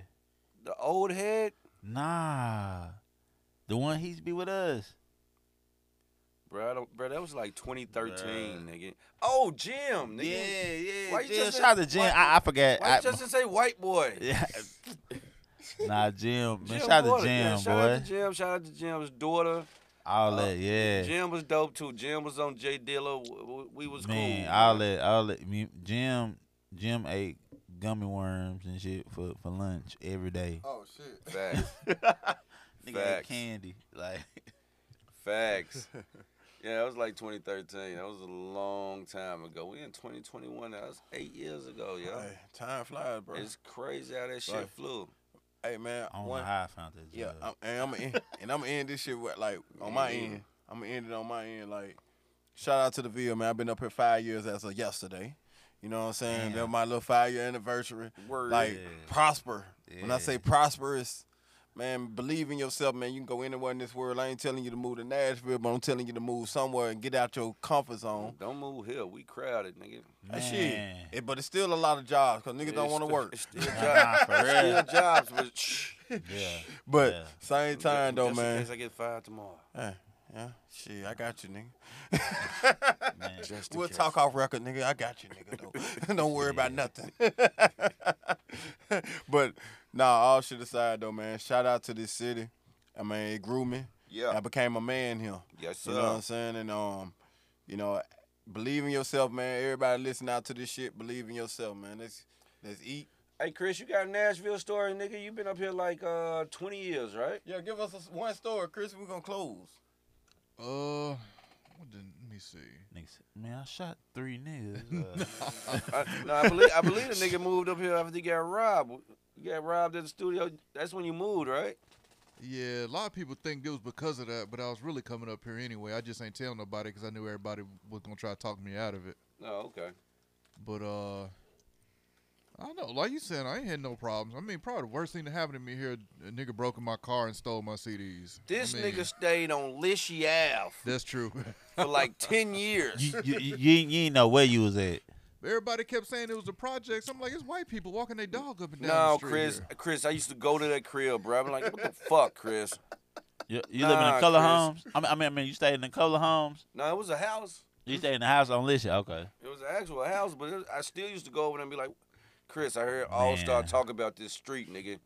The old head,
nah, the one he's be with us.
bro. I don't, bro, that was like 2013,
Bruh.
nigga. Oh, Jim, nigga.
yeah.
Why
Why
you
you Jim,
just-
shout out to Jim.
why-
I, I forgot.
Why
I,
you Justin say white boy?
yeah. nah, Jim. Man,
Jim
shout out to
Waters,
Jim,
yeah,
boy.
Shout out to Jim. Shout out to Jim's daughter.
All
Uh,
that, yeah.
Jim was dope too. Jim was on Jay Dilla. W- w- We was
Man,
cool.
all that, all that. Me, Jim, Jim ate gummy worms and shit for, for lunch every day.
Oh shit.
Facts.
Nigga ate
Facts.
candy, like
Facts. Yeah, that was like 2013. That was a long time ago. We in 2021. That was eight years ago, yo.
Hey, time flies, bro.
It's crazy how that shit
Right.
flew.
hey man,
I don't
one-
know how I found that.
Yeah,
Yeah,
um,
I'm, and I'm end, and I'm end this shit with, like on my
Yeah.
end. I'm gonna end it on my end. Like, shout out to the Ville, man. I've been up here five years as of yesterday. You know what I'm saying?
Damn.
That was my little five year anniversary.
Word.
Like
Yeah.
prosper. When I
Yeah.
say prosperous, man, believe in yourself, man. You can go anywhere in this world. I ain't telling you to move to Nashville, but I'm telling you to move somewhere and get out your comfort zone.
Don't move here. We crowded, nigga.
That shit.
Man.
It- but it's still a lot of jobs because niggas don't
It's
want to
still- It's still,
work.
Nah,
jobs.
for
still
real.
jobs, but shh.
yeah.
But
Yeah.
same time though,
Just In
man.
case I get fired tomorrow.
Hey, yeah, shit, I got you, nigga.
Man,
Just in
We'll
case.
talk off record, nigga. I got you, nigga. Though. Don't worry about nothing. but nah, all shit aside though, man. Shout out to this city. I mean, it grew me.
Yeah.
I became a man here.
Yes, sir.
You know what I'm saying? And um, you know, believe in yourself, man. Everybody listen out to this shit. Believe in yourself, man. Let's let's eat.
Hey, Chris, you got a Nashville story, nigga. you been up here like uh 20 years, right?
Yeah, give us a, one story, Chris. We're gonna close.
Uh, what did, let me see.
niggas, man, I shot three niggas. Uh,
I, no, I believe I believe the nigga moved up here after he got robbed. You got robbed at the studio. That's when you moved, right?
Yeah, a lot of people think it was because of that, but I was really coming up here anyway. I just ain't telling nobody because I knew everybody was gonna try to talk me out of it.
Oh, okay.
But uh, I don't know. Like you said, I ain't had no problems. I mean, probably the worst thing that happened to me here, a nigga broke in my car and stole my CDs. I
This
mean,
nigga stayed on Lishy Ave
That's true.
for like 10 years.
you, you, you, you ain't- you ain't know where you was at.
everybody kept saying it was the projects. I'm like, it's white people walking their dog up and down the
No,
street.
Chris,
here.
Chris, I used to go to that crib, bro. I'm like, what the fuck, Chris?
You, you living in
Nah,
color
Chris.
homes? I mean, I mean, I mean, you stayed in the color homes.
No, it was a house.
You stayed in the house on Lisha. Okay.
It was an actual house, but it, I still used to go over there and be like, Chris, I heard All Star
Man.
talk about this street, nigga.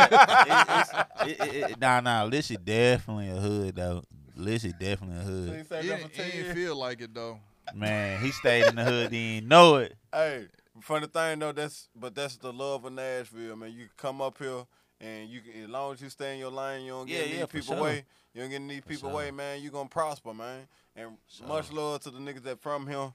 yeah, it, it's, it, it, it, nah, nah. Lisha definitely a hood though. Lisha definitely a hood.
It
It ain't, it ain't feel like it though.
Man, he stayed in the hood. He didn't know it.
Hey, funny thing though, that's but that's the love of Nashville, man. You can come up here and you can, as long as you stay in your lane, you don't
Yeah,
get
yeah,
these
for
people
sure.
away. You don't get these people
sure.
away, man. You gonna prosper, man. And much love to the niggas that from here.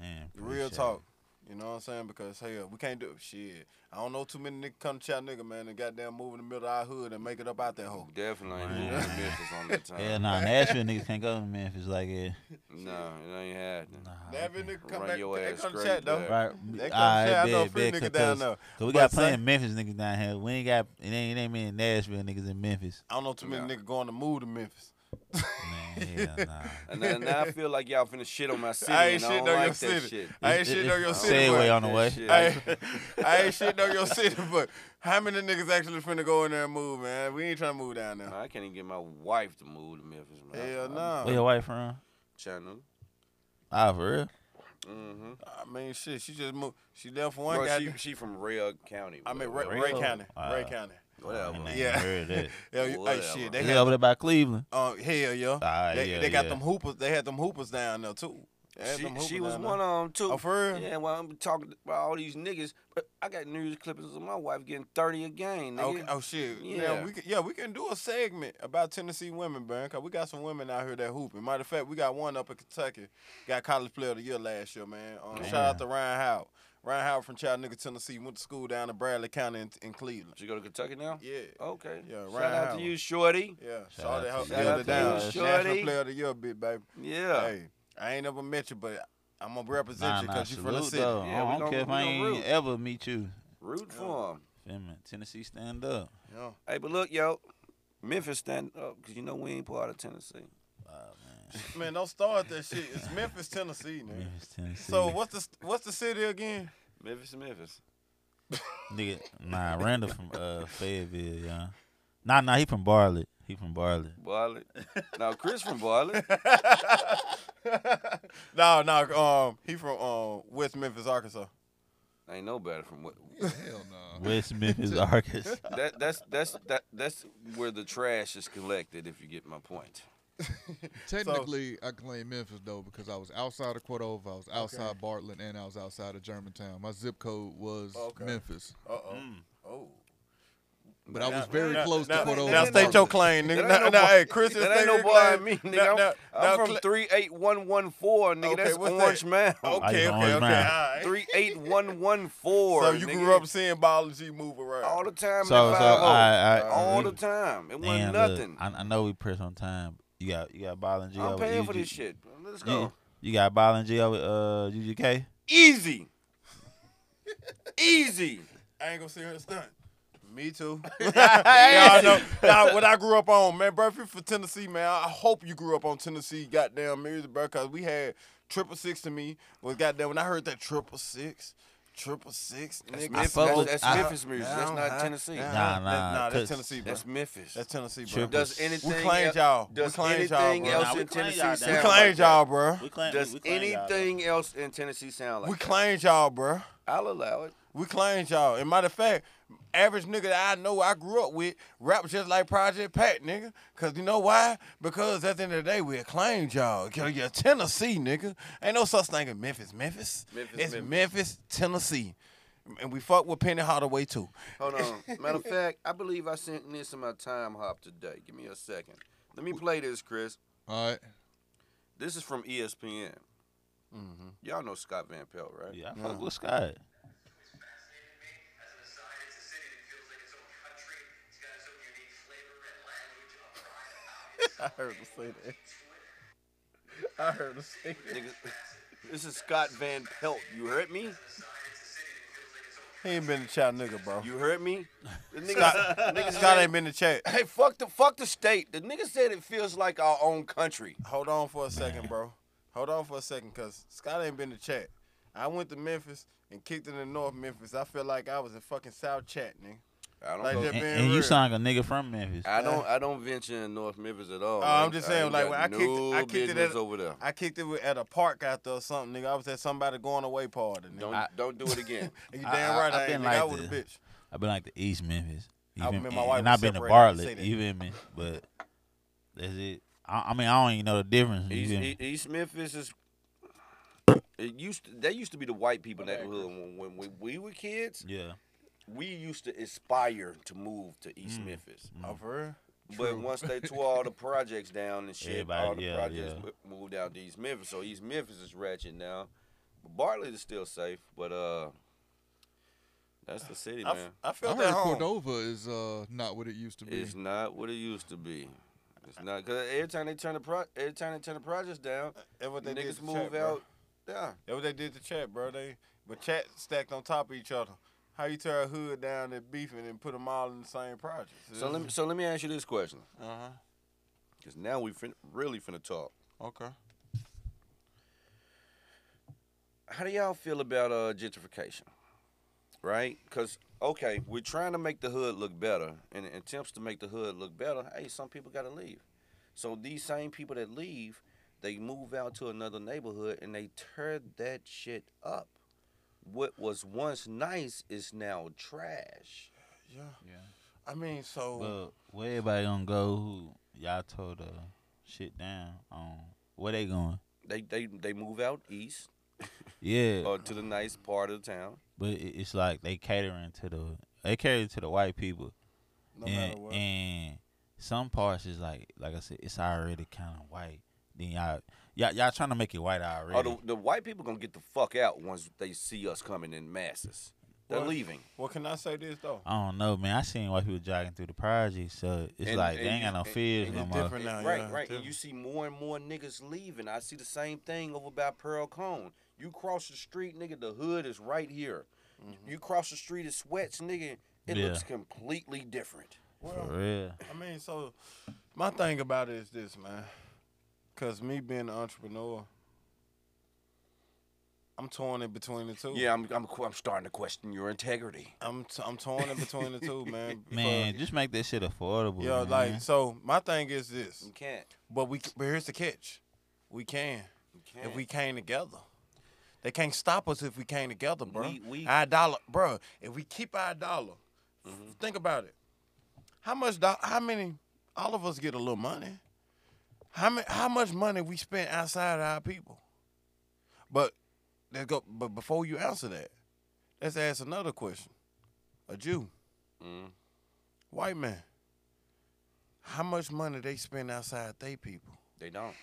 Man,
Real
appreciate it.
talk. You know what I'm saying? Because hell, we can't do shit. I don't know too many niggas come to Chattanooga, man, and goddamn move in the middle of our hood and make it up out that hole.
Oh, Definitely ain't moving
Man.
to Memphis on that time.
Hell nah, Nashville niggas can't go to Memphis like it.
No, it ain't happening.
Nah,
That
we
nigga
Run
come back,
your
they
ass
come to
straight
chat though.
back.
Right.
They come
All right,
chat. I know a
bet,
few
bet,
niggas
cause,
down there.
Cause we
But
got
son-
plenty of Memphis niggas down here. We ain't got it ain't, it ain't many Nashville niggas in Memphis.
I don't know too many
Nah.
niggas going to move to Memphis.
Man, hell nah.
And now, now I feel like y'all finna shit on my city.
I ain't
and I
shit
don't
on
like
your
that
city.
shit.
I ain't
It's-
shit
it's
on your
a
city.
segue
but-
on the way.
Shit.
I, ain't- I ain't shitting on your city, but how many niggas actually finna go in there and move, man? We ain't trying to move down there.
Man, I can't even get my wife to move to Memphis, man.
Hell
I'm
no.
Where your wife from?
Channel.
Ah, for real?
Mm-hmm.
I mean, shit, she just moved. She left for one
Bro,
guy.
she, she from Rio County.
I mean,
bro.
Ray, Ray
Really?
County. Ray
Wow.
County.
Whatever.
Man, I ain't
Yeah.
heard that.
Hell, you- hey,
Whatever.
shit, they
They
had,
over there by Cleveland.
um, hell, yeah.
Ah,
they,
yeah,
they got
yeah.
them hoopers. They had them hoopers down there too. Ask
She,
them hooping
she was
down
one
there.
of them too.
Oh, for real?
Yeah, well, I'm talking about all these niggas, but I got news clippings of my wife getting 30 a game, nigga.
Okay. Oh shit.
Yeah.
Yeah. we can, yeah, we can do a segment about Tennessee women, man, cause we got some women out here that hooping. Matter of fact, we got one up in Kentucky, got college player of the year last year, man. Um, shout out to Ryan Howard. Ryan Howard from Chattanooga, Tennessee, went to school down in Bradley County in, in Cleveland.
She go to Kentucky now?
Yeah.
Okay.
Yeah,
Shout
Ryan
out
Howard.
to you, Shorty.
Yeah.
Shout
Saw
out
that
to
hoe
you.
nailed it
Shout out
down.
to you,
Shorty.
National player of the year, bit baby.
Yeah.
Hey, I ain't never met you, but I'm gonna represent
Nah,
you
nah,
because you from the
salute,
city.
though.
Yeah, we
I don't
gon-
care if
we
I
gon'
ain't
root.
ever meet you.
Root for him.
Feel me? Tennessee stand up.
Yeah.
Hey, but look, yo, Memphis stand up because you know we ain't part of Tennessee.
Wow, man.
Man, don't start that shit. It's Memphis, Tennessee, man.
Memphis, Tennessee.
So what's the what's the city again?
Memphis, Memphis.
Nigga, nah, Randall from uh, Fayetteville, yeah. Nah, nah, he from Bartlett. He from Bartlett.
Bartlett. now, Chris from Bartlett.
no, no. Um, he from um West Memphis, Arkansas.
ain't no better from what.
Hell no.
West Memphis, Arkansas.
That, that's that's that that's where the trash is collected. If you get my point.
Technically, I claim Memphis though because I was outside of Cordova, I was outside Bartlett, and I was outside of Germantown. My zip code was
Okay.
Memphis,
Uh oh. Oh.
but I was very close
now,
to Cordova.
Now
and
state your
Bartlett.
claim,
That
nigga.
ain't
Now,
no
now,
bar-
hey, Chris,
that ain't no
your
bar
claim.
in me, nigga.
Now,
I'm,
now,
I'm
now,
from
Cl-
three eight one one four, nigga.
Okay,
that's
what's that?
Orange Mountain.
Okay, okay,
Orange
okay. All
Mountain.
right.
Three eight one one four.
so you grew up seeing biology move around.
all the time.
So-
in the
so,
5-0.
I- I-
all
mm,
we-
the time. It wasn't
Damn,
nothing.
Look, I, I know we press on time. You got you got Ball and G
I'm
over
paying
UG
for this shit. Let's
You,
go.
you got Ball and G over uh, UGK.
Easy. Easy.
I ain't gonna sit here and stunt. Me too. Y'all know, nah, what I grew up on, man, bro. If you're from Tennessee, man, I hope you grew up on Tennessee, goddamn music, bro, because we had triple six to me. Was goddamn when I heard that triple six, triple six, nigga.
Memphis.
fuck
That's,
with-
that's
I-
Memphis music. That's
Down
not
high,
Tennessee.
down
Nah,
high.
nah,
That- nah,
cause-
that's Tennessee, bro.
That's Memphis.
That's Tennessee, bro.
Triple-
does anything
claimed
el-
y'all. We
Does
claimed
anything
y'all, bro.
else
Nah, we
in
claimed
Tennessee
y'all,
sound
dog.
we
like
claimed
that?
y'all, bro.
We claim,
Does
we claim y'all, though.
anything else in Tennessee sound like
We
that?
claimed y'all, bro.
I'll allow it.
We claimed y'all. And matter of fact, average nigga that I know I grew up with rap just like Project Pat, nigga. Cause you know why? Because at the end of the day, we acclaimed y'all. Cause you're Tennessee, nigga. Ain't no such thing as Memphis, Memphis.
Memphis,
it's
Memphis.
Memphis. Tennessee. And we fuck with Penny Hardaway too.
Hold on. Matter of fact, I believe I sent this in my time hop today. Give me a second. Let me play this, Chris.
All right,
This is from E ESPN. Y'all know Scott Van Pelt, right?
Mm-hmm. Yeah, I fuck with Scott.
fascinated me. As an aside, it's a city that feels like its own country. It's got its own unique flavor and language and a pride about itself.
I heard him say that. I heard him say that.
Nigga, this is Scott Van Pelt. You heard me?
He ain't been to Chattanooga, bro.
You heard me? The nigga,
Scott,
nigga
Scott
said-
ain't been to chat.
Hey, fuck the fuck the state. The nigga said it feels like our own country.
Hold on for a second, bro. Hold on for a second, cause Scott ain't been to chat. I went to Memphis and kicked it in North Memphis. I feel like I was in fucking South Chat, nigga.
I don't.
Like
go-
that
And,
being
and you
real.
sound like a nigga from Memphis.
I don't. I don't venture in North Memphis at all.
Oh, I'm
nigga.
just saying,
ain't
like,
uh, got
when I kicked it-
no
I kicked it
business
at-
over there.
I kicked it with- at a park out there or something, nigga. I was at somebody going away party, nigga.
Don't don't do it again.
you
I-
damn
I-
right I,
I've
ain't,
been
nigga. I
like
was a
this.
bitch.
I've been like the East Memphis. You
I
feel
remember
me?
my wife
and
was
I've been to
separated, I had to
Bartlett.
say that.
You feel me? But that's it. I, I mean, I don't even know the difference. You
East,
feel me?
E- East Memphis is. It used to, that used to be the white people in that hood when, when we, we were kids.
Yeah.
We used to aspire to move to East Memphis,
Oh, for real?
but once they tore all the projects down and shit, all
Everybody-
the
yeah,
projects
yeah.
mo- moved out to East Memphis. So East Memphis is ratchet now. Bartlett is still safe, but uh, that's the city,
I,
man.
f- I
I
felt
heard
at home.
Cordova is uh, not what it used to be.
It's not what it used to be. It's not because every time they turn the pro, every time they turn the projects down,
That's what they did
niggas
to
move
Chat, bro.
out. Yeah,
That's what they did to Chat, bro. They but Chat stacked on top of each other. How you tear a hood down and beefing and put them all in the same project?
So let me so let me ask you this question,
Uh huh.
because now we fin- really finna talk.
Okay.
How do y'all feel about uh, gentrification? Right? Because okay, we're trying to make the hood look better, and in attempts to make the hood look better, hey, some people gotta leave. So these same people that leave, they move out to another neighborhood and they tear that shit up. What was once nice is now trash.
Yeah. Yeah. I mean, so
But where uh, everybody gonna go? Who y'all told to shit down on? Where they going?
They they they move out east
Yeah,
Oh.
or to the nice part of the town.
but it- it's like they catering to the they catering to the white people,
No
and
matter what.
and some parts is like like I said, it's already kind of white. Then y'all y'all y'all trying to make it white already.
Oh, the, the white people gonna get the fuck out once they see us coming in masses. They're
Well,
leaving.
Well, can I say this though?
I don't know, man. I seen white people jogging through the projects, so it's
And-
like
and
they ain't
you-
got no
and-
fears
and
no
it's
more.
different now,
right,
yeah,
right. And
too.
you see more and more niggas leaving. I see the same thing over by Pearl Cone. You cross the street, nigga, the hood is right here. You cross the street, it sweats, nigga. It
Yeah.
looks completely different.
Well,
For real.
I mean, so my thing about it is this, man. Cause me being an entrepreneur, I'm torn in between the two.
Yeah, I'm, I'm, qu- I'm starting to question your integrity.
I'm t- I'm torn in between the two, man.
Man, just make that shit affordable.
yeah,
man.
like so. My thing is this,
You can't.
but we but here's the catch, we can
You can't.
if we came together. They can't stop us if we came together, bro.
We- we-
our dollar, bro. If we keep our dollar, f-
Mm-hmm.
think about it. How much? Do- how many? All of us get a little money. How many? How much money we spend outside of our people? But let's go. But before you answer that, let's ask another question. A Jew,
Mm.
white man. How much money they spend outside they people?
They don't.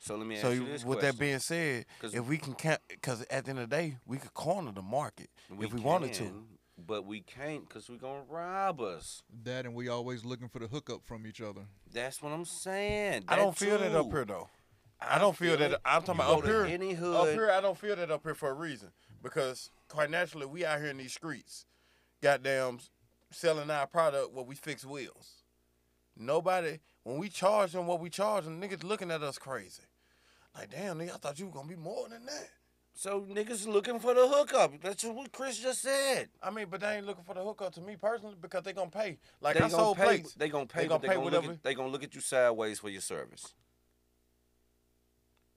So let me ask
So
you this
with
question.
that being said,
'Cause-
if we can, because at the end of the day, we could corner the market if we wanted to.
can, But we can't because we're going to rob us.
That and we always looking for the hookup from each other.
That's what I'm saying.
I don't feel that up
too.
here though. I don't feel
feel
that.
it.
I'm talking
You
about
go
up
to
here.
any
Up
hood-
here, I don't feel that up here for a reason because quite naturally, we out here in these streets, goddamn, selling our product what we fix wheels. Nobody when we charge them what we charge them, niggas looking at us crazy. Like damn, nigga, I thought you were gonna be more than that.
So niggas looking for the hookup. That's just what Chris just said.
I mean, but they ain't looking for the hookup to me personally because they gonna pay. Like
they
I
gonna
sold
pay,
plates.
They gonna pay.
They
but
gonna
They
pay
gonna, look
whatever-
at, they gonna look at you sideways for your service.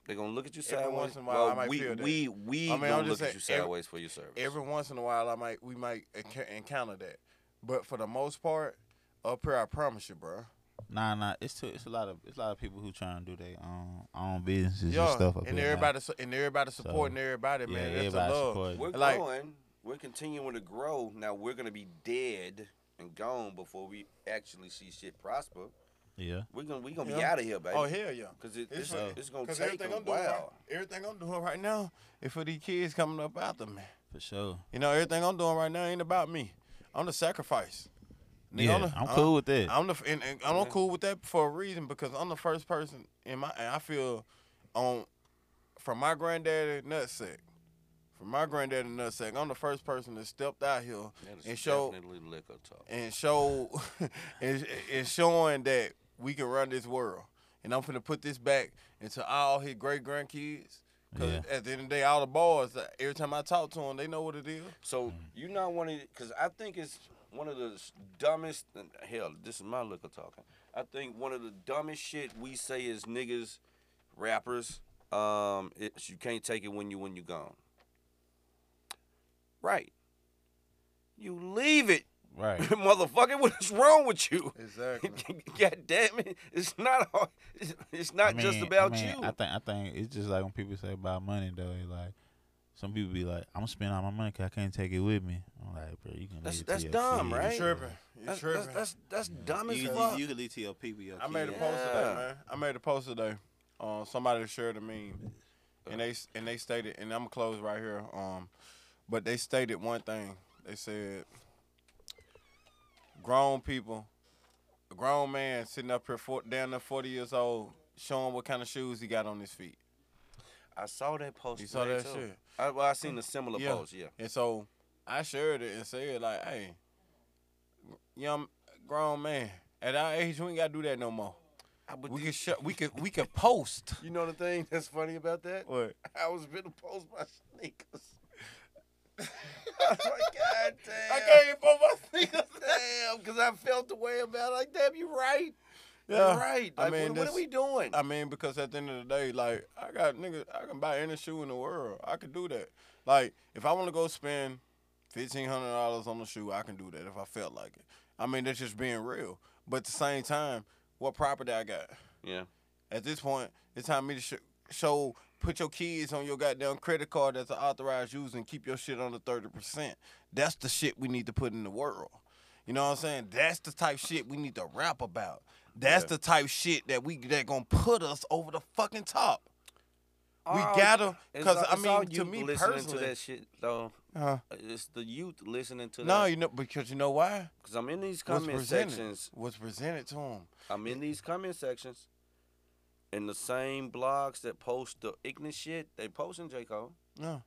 They gonna look at you
Every
sideways.
once in a while, I
Well,
might
we
feel that.
we we
I mean, I'm
gonna look
just
at you
saying, every-
sideways for your service.
Every once in a while, I might we might enc- encounter that, but for the most part, up here, I promise you, bro.
Nah, nah. It's too, it's a lot of it's a lot of people who trying to do their own own businesses
Yeah,
and stuff. up
and
here now.
everybody su- and everybody supporting everybody,
yeah,
man. That's the
everybody
love.
supporting.
we're
like-
going. We're continuing to grow. Now we're gonna be dead and gone before we actually see shit prosper.
Yeah.
We're gonna we gonna be
Yeah.
out of here, baby.
Oh hell yeah,
Cause it, it's,
It's right.
it's gonna
because
take a
everything I'm doing, right,
while.
everything I'm doing right now is for these kids coming up after me.
For sure.
You know, everything I'm doing right now ain't about me. I'm the sacrifice. Nigga,
Yeah,
the-
I'm cool with that.
I'm the f- and, and I'm
Yeah.
cool with that for a reason because I'm the first person in my and I feel on from my granddaddy nutsack. From my granddaddy nutsack, I'm the first person that stepped out here
That is
and showed
definitely liquor talk.
and show and, and showing that we can run this world. And I'm finna put this back into all his great grandkids. Cause
Yeah.
at the end of the day, all the boys, like, every time I talk to them, they know what it is.
So you not one of because I think it's one of the s- dumbest. and Hell, this is my liquor talking. I think one of the dumbest shit we say is niggas, rappers. Um, it's, you can't take it when you when you gone. Right. You leave it,
Right.
motherfucker. What is wrong with you?
Exactly.
God damn it! It's not. all- It's, it's not just about
I mean,
you.
I think I think it's just like when people say about money though. it's Like some people be like, "I'm spending all my money 'cause I can't take it with me." I'm like, bro, you can.
That's-
leave it
that's
to your
dumb,
kids,
right?
You tripping.
bro.
You
that's,
tripping.
that's that's that's dumb as
You,
fuck.
you, you can leave to your people. Your
I made a
kids.
post today,
Yeah.
man. I made a post today. Um, somebody shared a meme, and they and they stated, and I'm gonna close right here. Um, but they stated one thing. They said, grown people, a grown man sitting up here, for, down there, 40 years old, showing what kind of shoes he got on his feet.
I saw that post.
You saw
today,
that
too.
shit?
I, well, I seen a similar
Yeah.
post. Yeah.
And so I shared it and said, like, hey, young grown man, at our age, we ain't gotta do that no more.
I would
We
do-
can show, we can we can post.
You know the thing that's funny about that?
What?
I was gonna post my sneakers. I was like, God damn.
I can't even put my sneakers.
Damn, because I felt the way about it. Like, damn, you right.
Yeah.
You're right.
I
Like,
mean,
what, what
this-
are we doing?
I mean, because at the end of the day, like I got nigga, I can buy any shoe in the world. I could do that. Like if I want to go spend fifteen hundred dollars on a shoe, I can do that if I felt like it. I mean, that's just being real. But at the same time, what property I got
yeah.
at this point, it's time me to sh- show put your kids on your goddamn credit card that's an authorized user and keep your shit under 30%. That's the shit we need to put in the world. You know what I'm saying? That's the type shit we need to rap about. That's the type shit that we that gonna put us over the fucking top. We
All-
gotta,
it's
cause
all-
I
it's all
mean, to
youth
me
listening
personally,
to that shit though.
Uh,
It's the youth listening to
no,
that.
you know because you know why?
Because I'm in these
What's
comment
presented?
sections.
What's presented to them?
I'm in these comment sections. And the same blogs that post the ignorant shit, they posting J. Cole.
No,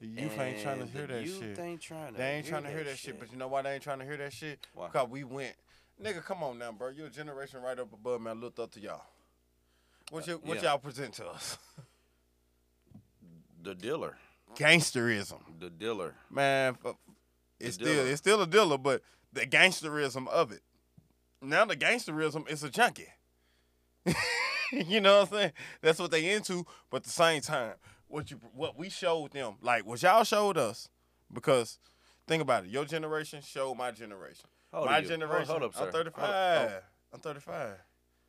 the youth ain't trying to
And
hear
the
that
youth
shit.
ain't trying to
They ain't
hear
trying to
that
hear that shit. But you know why they ain't trying to hear that shit?
Why?
Because we went. Nigga, come on now, bro. You're a generation right up above me. I looked up to y'all. What, you, what
Uh, yeah.
y'all present to us?
the dealer.
Gangsterism.
The dealer.
Man, fu- it's
The
still
dealer.
it's still a dealer, but the gangsterism of it. Now the gangsterism is a junkie. you know what I'm saying? That's what they into. But at the same time, what you what we showed them, like what y'all showed us, because think about it, your generation showed my generation.
How old
my
are you? Hold-
generation.
hold up, sir.
I'm
Hold up.
35.
Hold-
I'm 35.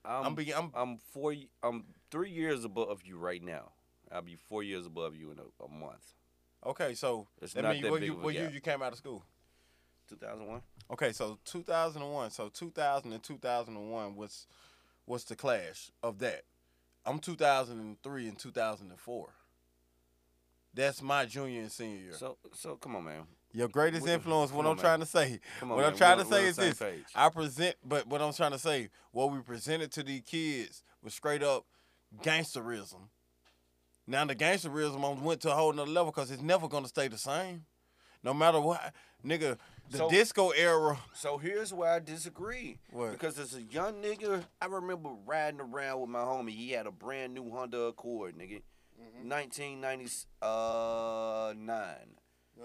I'm
I'm, be, I'm
I'm four. y- I'm three years above you right now. I'll be four years above you in a, a month.
okay. So
It's
that
not
mean
that
what
big
you
of a
what you
gap.
you came out of school.
2001.
Okay, so 2001. So 2000 and 2001 was was the clash of that. I'm 2003 and 2004. That's my junior and senior year.
So so come on, man.
Your greatest
What-
influence. What
come
I'm
on, man.
trying to say.
Come on,
what
man.
I'm trying
We're
to
on- we're
say
on
is
the same
this:
page.
I present, but what I'm trying to say, what we presented to these kids was straight up gangsterism. Now the gangsterism on- went to a whole nother level because it's never gonna stay the same, no matter what, nigga. The
So-
disco era.
So here's where I disagree.
What?
Because as a young nigga, I remember riding around with my homie. He had a brand new Honda Accord, nigga. mm-hmm.
Hmm?
1999.
Yeah.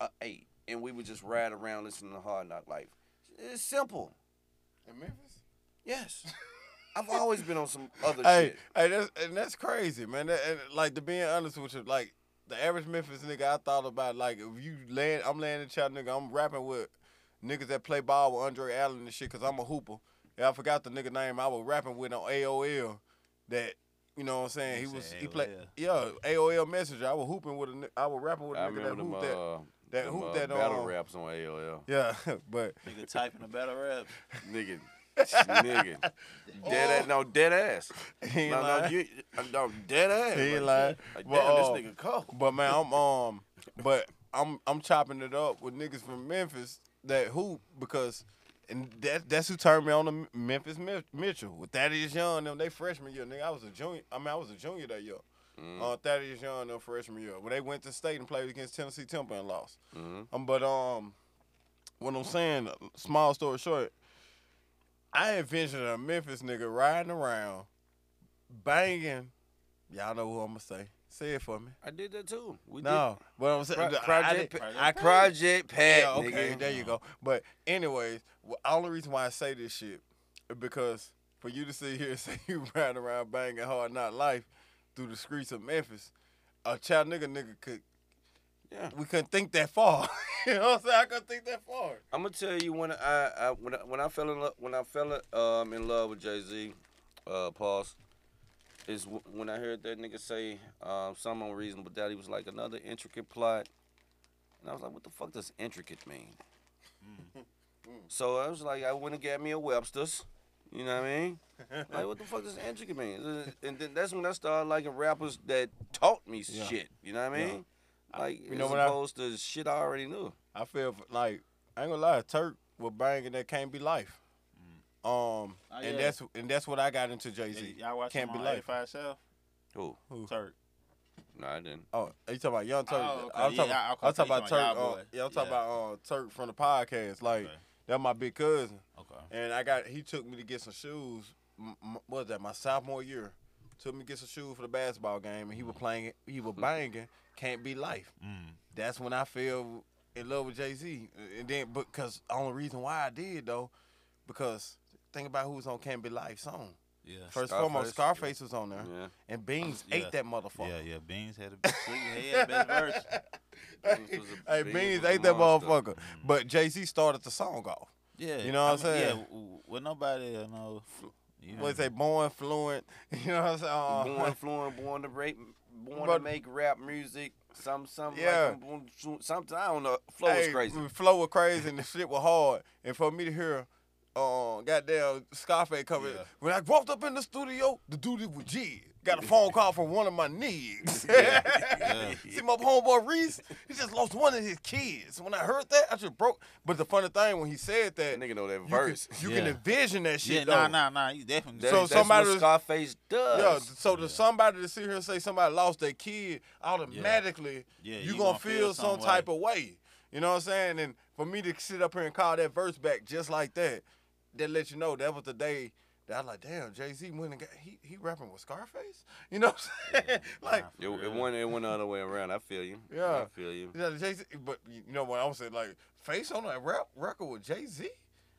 Uh, eight. And we would just ride around listening to Hard Knock Life. It's simple.
In Memphis.
Yes. I've always been on some other
Hey,
shit.
hey, that's and that's crazy, man. That- and, like to being honest with you, like the average Memphis nigga, I thought about like if you land, I'm landing Chattanooga, I'm rapping with niggas that play ball with Andre Allen and shit, cause I'm a hooper. And I forgot the nigga name I was rapping with on AOL. That you know what I'm saying?
You
he was
said
he played
AOL.
yeah AOL Messenger. I was hooping with a ni- I was rapping with a
I
nigga that
remember them,
hooped
uh,
that. that
them,
hoop
uh,
that,
battle
um,
raps on AOL.
Yeah, but
Nigga typing a battle rap.
nigga, nigga, dead ass, no dead ass,
Oh. He ain't
no, no,
lying.
you, uh, no dead ass.
He ain't
like,
lying.
Like,
But,
damn,
uh,
this nigga cold.
But man, I'm um, but I'm I'm chopping it up with niggas from Memphis that hoop because, and that that's who turned me on to Memphis Mi- Mitchell with Thaddeus Young. Them they freshman year, nigga. I was a junior. I mean, I was a junior that year. Uh, Thaddeus Young, them freshman year, when they went to state and played against Tennessee Temple and lost. Um, but um, what I'm saying, uh, small story short, I envisioned a Memphis nigga riding around, banging. Y'all know who I'm gonna say. Say it for me.
I did that too. We
No, but I'm
did
saying I- I
Project,
didn't-
Pa-
I-
Project Pat.
yeah, okay,
nigga.
there you go. But anyways, w- only reason why I say this shit is because for you to sit here and say you riding around banging hard not life through the streets of Memphis, a child nigga nigga could.
Yeah.
We couldn't think that far. you know what I'm saying? I couldn't think that far.
I'm gonna tell you when I, I when I, when I fell in love when I fell in, um in love with Jay Z, uh, pause, is w- when I heard that nigga say um some unreasonable doubt. He was like another intricate plot, and I was like, what the fuck does intricate mean? So I was like, I went and got me a Webster's. You know what I mean? like, what the fuck does intricate mean? And then that's when I started liking rappers that taught me shit. You know what I mean? Like,
You know
as
what I-
opposed to shit I already knew.
I feel f- like I ain't gonna lie, Turk was banging that can't be life. Um,
Oh,
and
yeah.
that's and that's what I got into Jay Z.
Y'all watch
can't
him
be
on
life.
85 South?
Who?
Turk.
No, I didn't.
Oh, you talking about Young Turk?
Oh, okay.
I'm talking,
Yeah,
about-
okay,
I'm
so
talking
you
about
talking
Turk.
about
Uh,
y'all boy.
yeah, I'm talking
Yeah.
about uh, Turk from the podcast. Like
Okay.
that's my big cousin,
Okay.
and I got he took me to get some shoes. M- m- what was that my sophomore year? Took me to get some shoes for the basketball game, and he was playing. He was banging. Can't be life.
Mm.
That's when I fell in love with Jay Z, and then because only reason why I did though, because think about who was on Can't Be Life song.
Yeah.
First
Scarface,
foremost,
yeah.
Scarface was on there,
Yeah.
and Beans
Yeah.
ate that motherfucker.
Yeah, yeah. Beans had a Sweet head, best verse.
Beans was a-
hey,
Beans
Beans
was a
ate that
monster. Mm-hmm.
motherfucker. But Jay Z started the song off.
Yeah.
You know what I'm
mean,
saying?
Yeah. w- w- Well, nobody you uh, know You
What
know,
they born fluent? You know what I'm saying? Uh,
born fluent, born to rape, born
But-
to make rap music. Some, some,
Yeah.
like, born- something. I don't know. Flow is
Hey,
crazy.
the Flow was crazy and the shit was hard. And for me to hear, uh, goddamn Scarface cover it.
Yeah.
When I walked up in the studio, the dude was G. Got a phone call from one of my niggas.
Yeah.
See my homeboy Reese, he just lost one of his kids. When I heard that, I just broke. But the funny thing when he said that,
That nigga know that
you, can,
verse.
you can
Yeah.
envision that shit.
yeah,
though.
nah, nah, nah. You definitely.
That,
So
so that's
somebody
what
was-
Scarface does.
Yeah, th- so to somebody to sit here and say somebody lost their kid, automatically
Yeah,
you, gonna, feel some,
way.
type of way. You know what I'm saying? And for me to sit up here and call that verse back just like that, that let you know that was the day that I was like, damn, Jay Z went and got he he rapping with Scarface. You know what I'm saying? like
It, it went it went the other way around. I feel you.
Yeah.
I feel you.
yeah, Jay Z. But you know what I'm saying? Like face on a rap record with Jay Z,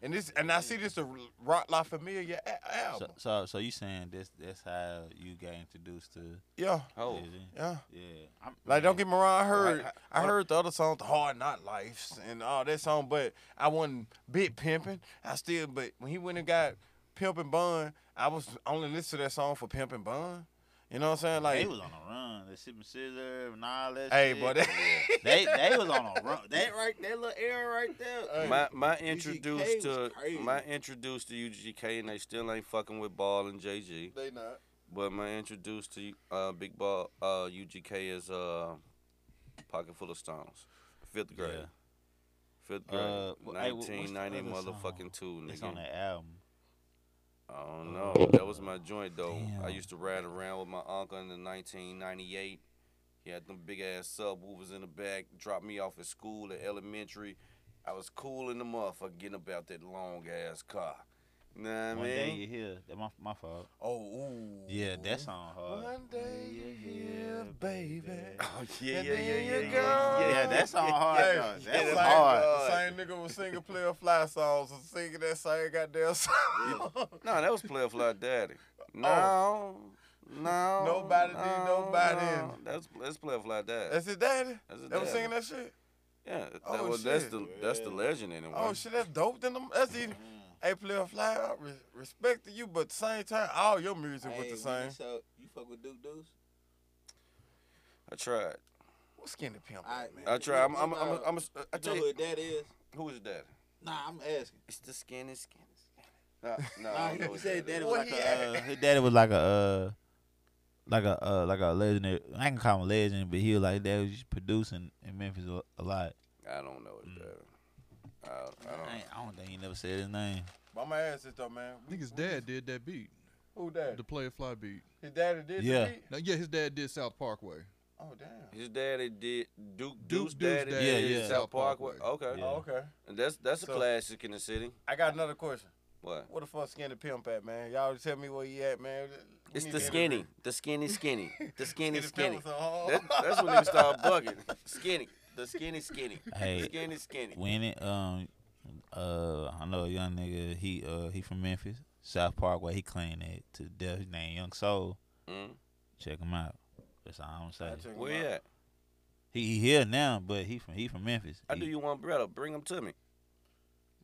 and this and I see this a Rock La Familia a-
So,
album.
so, so you saying this? That's how you got introduced to?
yeah,
Oh,
Jay-Z?
yeah.
yeah. I'm,
Like, don't get me wrong, I heard
Right,
I, heard the other songs, the Hard Not Lives and all that song, but I wasn't bit pimping. I still, but when he went and got Pimpin' Bun, I was only listening to that song for Pimpin' Bun. You know what I'm saying?
They
Like,
was on a run. They sipping scissor and all that.
hey,
shit.
but that,
they they was on a run. That right, that little era right there.
my
E
my
UGK
introduced
was
to
crazy.
my introduced to UGK, and they still ain't fucking with Ball and JG.
they not.
But my introduced to uh, Big Ball uh, UGK is uh, Pocket Full of Stones, fifth grade.
Yeah.
Fifth grade,
Uh, well, hey, wh- what's the
1990
other song?
motherfucking two,
It's
nigga.
on that album.
I don't know. That was my joint though. I
Damn.
used to ride around with my uncle in the 1998. He had them big ass subwoofers in the back. Dropped me off at school at elementary. I was cool in the motherfucker getting about that long ass car. Know what I
One day
mean?
you hear that my my fault.
Oh, ooh.
Yeah, that song hard.
One day you hear, baby.
Oh yeah,
And
yeah, yeah,
then
yeah,
you
yeah,
go.
yeah,
Yeah,
yeah.
that song hard.
Hey,
though.
the
That was
same,
hard.
the same nigga was singing Player Fly songs and singing that same goddamn song.
No, that was Player Fly Daddy. No, no.
Oh. Nobody
no,
did nobody.
No. That's that's Player Fly Daddy.
That's his daddy?
That's his
They was
daddy.
singing that shit?
yeah, that
Oh,
was, that's
shit.
the that's the legend in it.
Oh
man.
shit, that's dope. Then them, that's even.
Mm-hmm.
Hey, player fly out. Re- respect to you, but at the same time, all your music was the same.
So you fuck with Duke Deuce?
I tried.
What skinny pimp,
All right,
man?
I try. I'm. I'm. I'm.
You
I'm.
know-
I'm a, I tell you,
that is?
who is that?
Nah, I'm asking.
It's the skinny, skinny, skinny. No, no. I don't know who that is.
was like a,
uh, his daddy was like a uh, like a uh, like a legendary. I can call him a legend, but he was like that was just producing in Memphis a, a lot.
I don't know his dad. I, I
I,
don't.
ain't- I don't think he never said his name.
Mama asked this though, man.
I think his dad did that beat,
Who that?
the play a fly beat.
His daddy did.
Yeah.
The beat?
Now, yeah, his dad did South Parkway.
Oh damn.
His daddy did Duke
Duke
Deuce
Deuce's
daddy.
daddy
did
Yeah, yeah.
South Parkway.
Parkway.
Okay.
Yeah.
Oh, okay.
And that's that's a
So-
classic in the city.
I got another question.
What?
What the fuck skinny pimp at, man? Y'all tell me where he at, man. We
It's
need
the
to-
skinny, the skinny, skinny, the skinny, skinny.
Pimp was on.
That, that's when niggas start bugging. Skinny, the skinny, skinny,
Hey.
skinny, skinny.
When it um uh I know a young nigga he uh he from Memphis South Park where he claimed it to the death. His name Young Soul.
Mm.
Check him out. That's all I'm
I
saying.
check him
Where you
out.
at?
He, he here now, but he from he from Memphis.
I
He-
do you one brother. Bring him to me.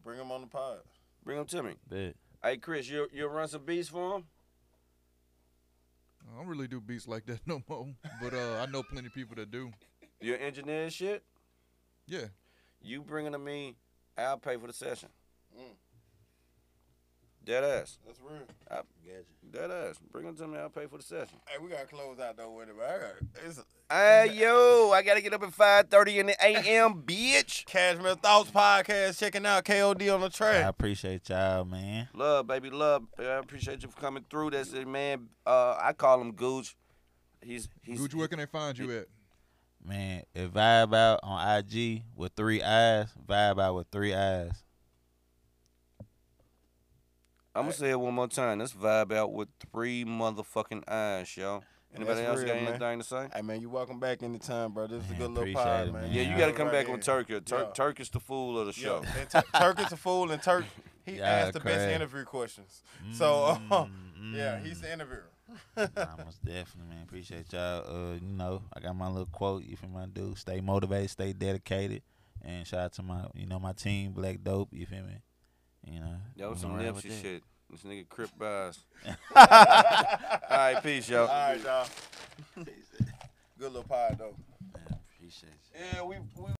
Bring him on the pod.
Bring him to me.
bet.
Hey Chris, you you run some beats for him?
I don't really do beats like that no more, but uh, I know plenty of people that do.
You're an engineer and shit.
Yeah,
You bring it to me, I'll pay for the session.
Mm.
Dead ass.
That's real.
Dead ass. Bring it to me, I'll pay for the session.
Hey, we gotta close out though with it, but I got it's
Hey yo, I gotta get up at 5:30 in the AM, bitch.
Cashmere Thoughts podcast. Checking out KOD on the track.
I appreciate y'all, man.
Love, baby, love. I appreciate you for coming through. That's it, man. Uh, I call him Gooch. He's he's
Gucci, where can they find you at?
Man, if vibe out on IG with three eyes, vibe out with three eyes.
I'm gonna say it one more time. Let's vibe out with three motherfucking eyes, y'all.
And
Anybody
that's
else
real,
got
man.
anything to say?
Hey man, you welcome back anytime, bro. This is a
Man,
good little
appreciate
pod,
it,
man.
man.
Yeah, you gotta come back on
Turk.
Turkey. Turk,
Yeah.
Turk is the fool of the show.
And Tur- Turk is a fool, and Turk he
Y'all
asked the best
crazy.
interview questions. So uh,
Mm,
yeah,
mm.
he's the interviewer.
Nah, most definitely, man. Appreciate y'all. Uh, you know, I got my little quote. You feel my dude? Stay motivated, stay dedicated, and shout out to my, you know, my team, Black Dope. You feel me? You know,
That was
I'm
some
around with
Nipsey
that.
shit. This nigga Crip Bias. All right, peace, y'all.
All right, y'all. Good little pod though.
Man, appreciate you.
Yeah, we we